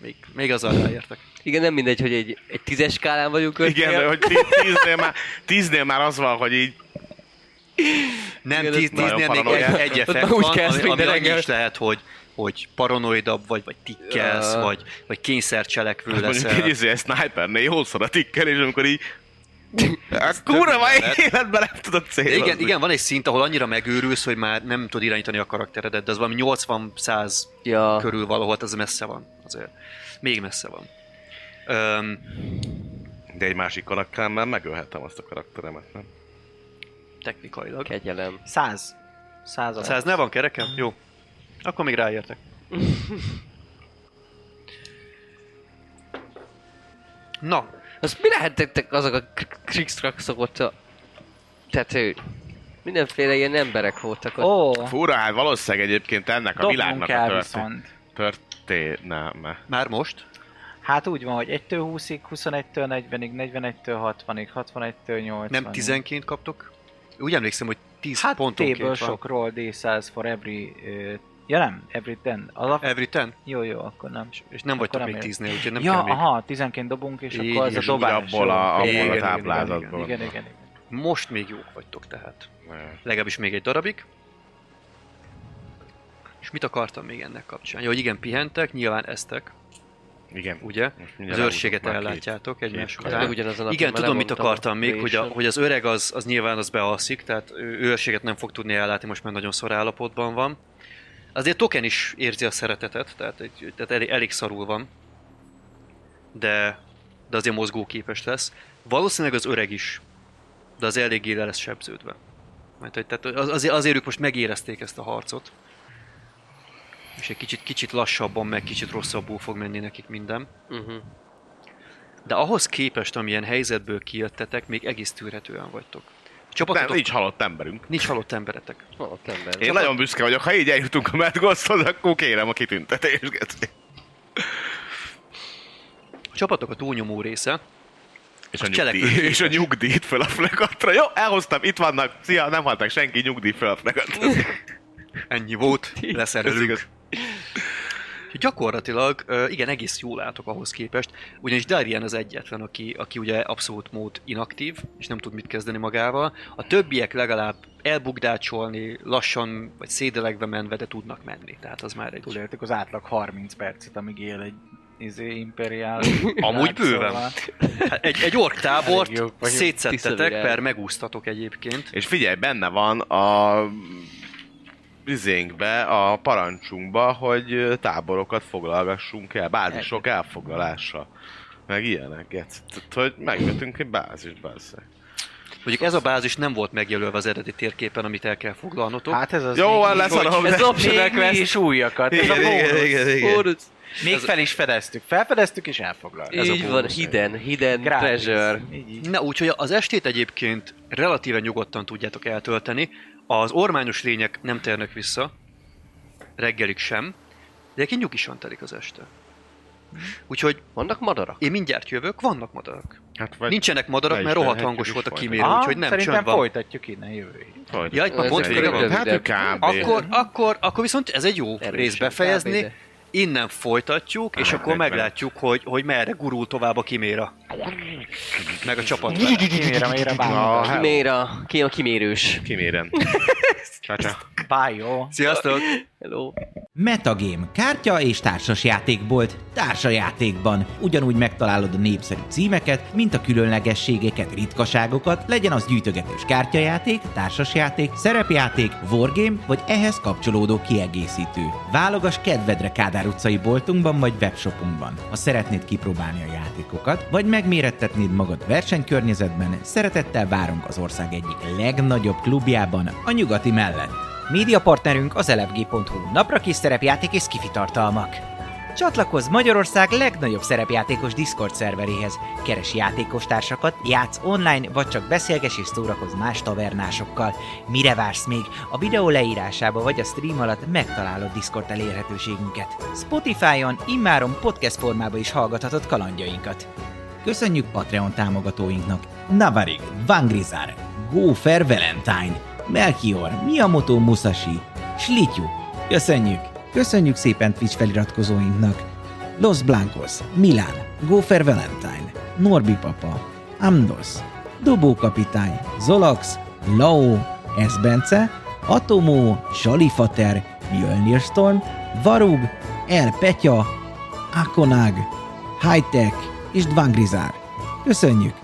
még, még azzal ráértek.
Igen, nem mindegy, hogy egy, egy tízes skálán vagyunk ötnél.
Igen, de hogy tí- tíznél már, tíznél már az van, hogy így
Nem,
Igen,
tíz,
ez nagyon
tíznél még egy,
paranoia.
egy
Ott
effekt
már úgy
van,
kezd
ami, ami
minden
annyi
reggel.
is lehet, hogy, hogy paranoidabb vagy, vagy tikkelsz,
Ja.
vagy, vagy kényszercselekvő
Azt mondjuk egy
leszel.
izé, snipernél jószor a tikkel, és amikor így a kurva már életben nem tudok
De
célozni.
igen, igen, van egy szint, ahol annyira megőrülsz, hogy már nem tud irányítani a karakteredet, de az valami 80-100
Ja.
körül valahol, hát az messze van azért. Még messze van. Öm,
De egy másik karakteremmel megölhetem azt a karakteremet, nem?
technikailag.
Kegyelem.
100. 100 alatt.
100 van kerekem? Jó. Akkor még ráértek. Na,
Azt mi lehetettek azok a kriksztrakszok ott a tető? Mindenféle ilyen emberek voltak ott.
Ó,
Fura, hát valószínűleg egyébként ennek a
dobnunk
világnak
kell
a történ-
viszont.
történelme.
már most?
Hát úgy van, hogy 1-től 20-ig, 21-től 40-ig, 41-től 60-ig, 61-től 80-ig.
Nem 10-ként kaptok? Úgy emlékszem, hogy 10
hát
pontonként
T-ből
van.
sokról D100 for every... ö, ja nem, every 10. Alap...
Every 10?
Jó, jó, akkor nem.
És nem
Akkor
vagytok
nem
még
ér.
10-nél, úgyhogy nem
ja,
kell még.
aha, 10-ként dobunk, és
Így,
akkor az
És
a
úgy
dobás.
abból a,
jó.
abból
Igen,
a
igen,
táblázatból.
Igen, igen, igen.
Most még jók vagytok tehát. Legalábbis még egy darabig. És mit akartam még ennek kapcsán? Ja, hogy igen, pihentek, nyilván eztek,
Igen.
ugye?
Most
Az
mindjárt
őrséget
eljutok már
ellátjátok egymás
két
Ez meg
után.
ugyanazon a
Igen, tudom, mit akartam még, hogy, a,
Operation.
hogy az öreg az, az nyilván az bealszik, tehát ő őrséget nem fog tudni ellátni, most már nagyon szor állapotban van. Azért Token is érzi a szeretetet, tehát, egy- tehát elég, elég szarul van. De, de azért mozgóképes lesz. Valószínűleg az öreg is, de az eléggé le lesz sebződve. Mert, hogy, tehát az, azért, azért ők most megérezték ezt a harcot. És egy kicsit, kicsit lassabban, meg kicsit rosszabbul fog menni nekik minden.
Uh-huh.
De ahhoz képest, amilyen helyzetből kijöttetek, még egész tűrhetően vagytok.
Nem,
Csapatotok, nincs.
nincs halott emberünk.
nincs halott emberetek.
Halott ember.
Én nagyon büszke vagyok, ha így eljutunk a Medgoszhoz, akkor kérem a kitüntetést. geci.
A csapatok a túlnyomó része,
És
Azt
a, nyugdíj,
cselekvőképes.
és a nyugdíjt fel a flegatra. Jó, elhoztam, itt vannak, szia, nem haltak senki, nyugdíj fel a flegatra.
ennyi volt,
Ez igaz.
leszerelünk. Gyakorlatilag ö, igen, egész jól álltok ahhoz képest, ugyanis Darien az egyetlen, aki, aki ugye abszolút mód inaktív, és nem tud mit kezdeni magával. A többiek legalább elbukdácsolni, lassan vagy szédelegve menve, de tudnak menni. Tehát az már egy...
Túléltük az átlag 30 percet, amíg él egy izé, imperiál.
Amúgy bőven.
Szóval
Hát Egy, egy ork
Elég jók
tábort
vagyunk.
szétszettetek,
Tisztavirág.
per megúsztatok egyébként.
És figyelj, benne van a izénkbe, a parancsunkba, hogy táborokat foglalgassunk el, bázisok elfoglalása. Meg ilyenek, gec. Tehát, hogy megvetünk egy bázist, bazd.
Mondjuk ez a bázis nem volt megjelölve az eredeti térképen, amit el kell foglalnotok.
Hát ez az
Jó,
még,
van, leszarom,
Ez
de...
optional
még mi
quest.
is újakat. Ez a
Igen, igen,
bónusz.
igen, igen.
Horus.
Még fel is fedeztük. Felfedeztük és elfoglaltuk. Ez a
Így van,
bónusz.
hidden, hidden
Grátis.
treasure.
Így, így.
Na úgyhogy az estét egyébként relatíven nyugodtan tudjátok eltölteni. Az ormányos lények nem térnek vissza, reggelig sem, de egyébként nyugisan telik az este.
Hm.
Úgyhogy
Vannak madarak?
én mindjárt jövök, vannak madarak.
Hát vagy
Nincsenek madarak,
ne
mert
is
rohadt
lehetjük
hangos
is
volt a
folytatni.
kímérő,
Aha,
úgyhogy nem csönd
Szerintem
van.
folytatjuk innen jövő hét.
Hogy-
Ja, itt ma
Ez
pont
egy
köre van.
rövid-
Hát ő kb.
Akkor, akkor, akkor viszont ez egy jó
Erősen,
rész
kb.
befejezni.
de.
Innen folytatjuk, és
Hát,
akkor
meg-
meglátjuk, hogy, hogy merre gurul tovább a kiméra. Meg a csapat. vele.
Kimérem, érem,
A
bámulok.
hello.
Kiméra, ki a kimérős.
Kimérem. Csácsá.
Bye, jó.
Sziasztok!
Hello.
Metagame, kártya és társasjátékbolt, társajátékban. Ugyanúgy megtalálod a népszerű címeket, mint a különlegességeket, ritkaságokat, legyen az gyűjtögetős kártyajáték, társasjáték, szerepjáték, wargame vagy ehhez kapcsolódó kiegészítő. Válogass kedvedre Kádár utcai boltunkban vagy webshopunkban. Ha szeretnéd kipróbálni a játékokat, vagy megmérettetnéd magad versenykörnyezetben, szeretettel várunk az ország egyik legnagyobb klubjában, a nyugati mellett.
Média partnerünk az elefg.hu, napra kis szerepjáték és kifi tartalmak. Csatlakozz Magyarország legnagyobb szerepjátékos Discord szerveréhez. Keres játékostársakat, játsz online, vagy csak beszélges és szórakozz más tavernásokkal. Mire vársz még? A videó leírásába vagy a stream alatt megtalálod Discord elérhetőségünket. Spotify-on immáron podcast formába is hallgathatod kalandjainkat.
Köszönjük Patreon támogatóinknak Navarig, Vangrizar, Gófer Valentine, Melchior, Miyamoto Musashi, Slityu. Köszönjük! Köszönjük szépen Twitch feliratkozóinknak Los Blancos, Milán, Gófer Valentine, Norbi Papa, Amdos, Dobókapitány, Zolax, Lao, Esbence, Atomó, Salifater, Mjölnir Storm, Varug, El Petya, Akonag, Hightech és Dvangrizár. Köszönjük!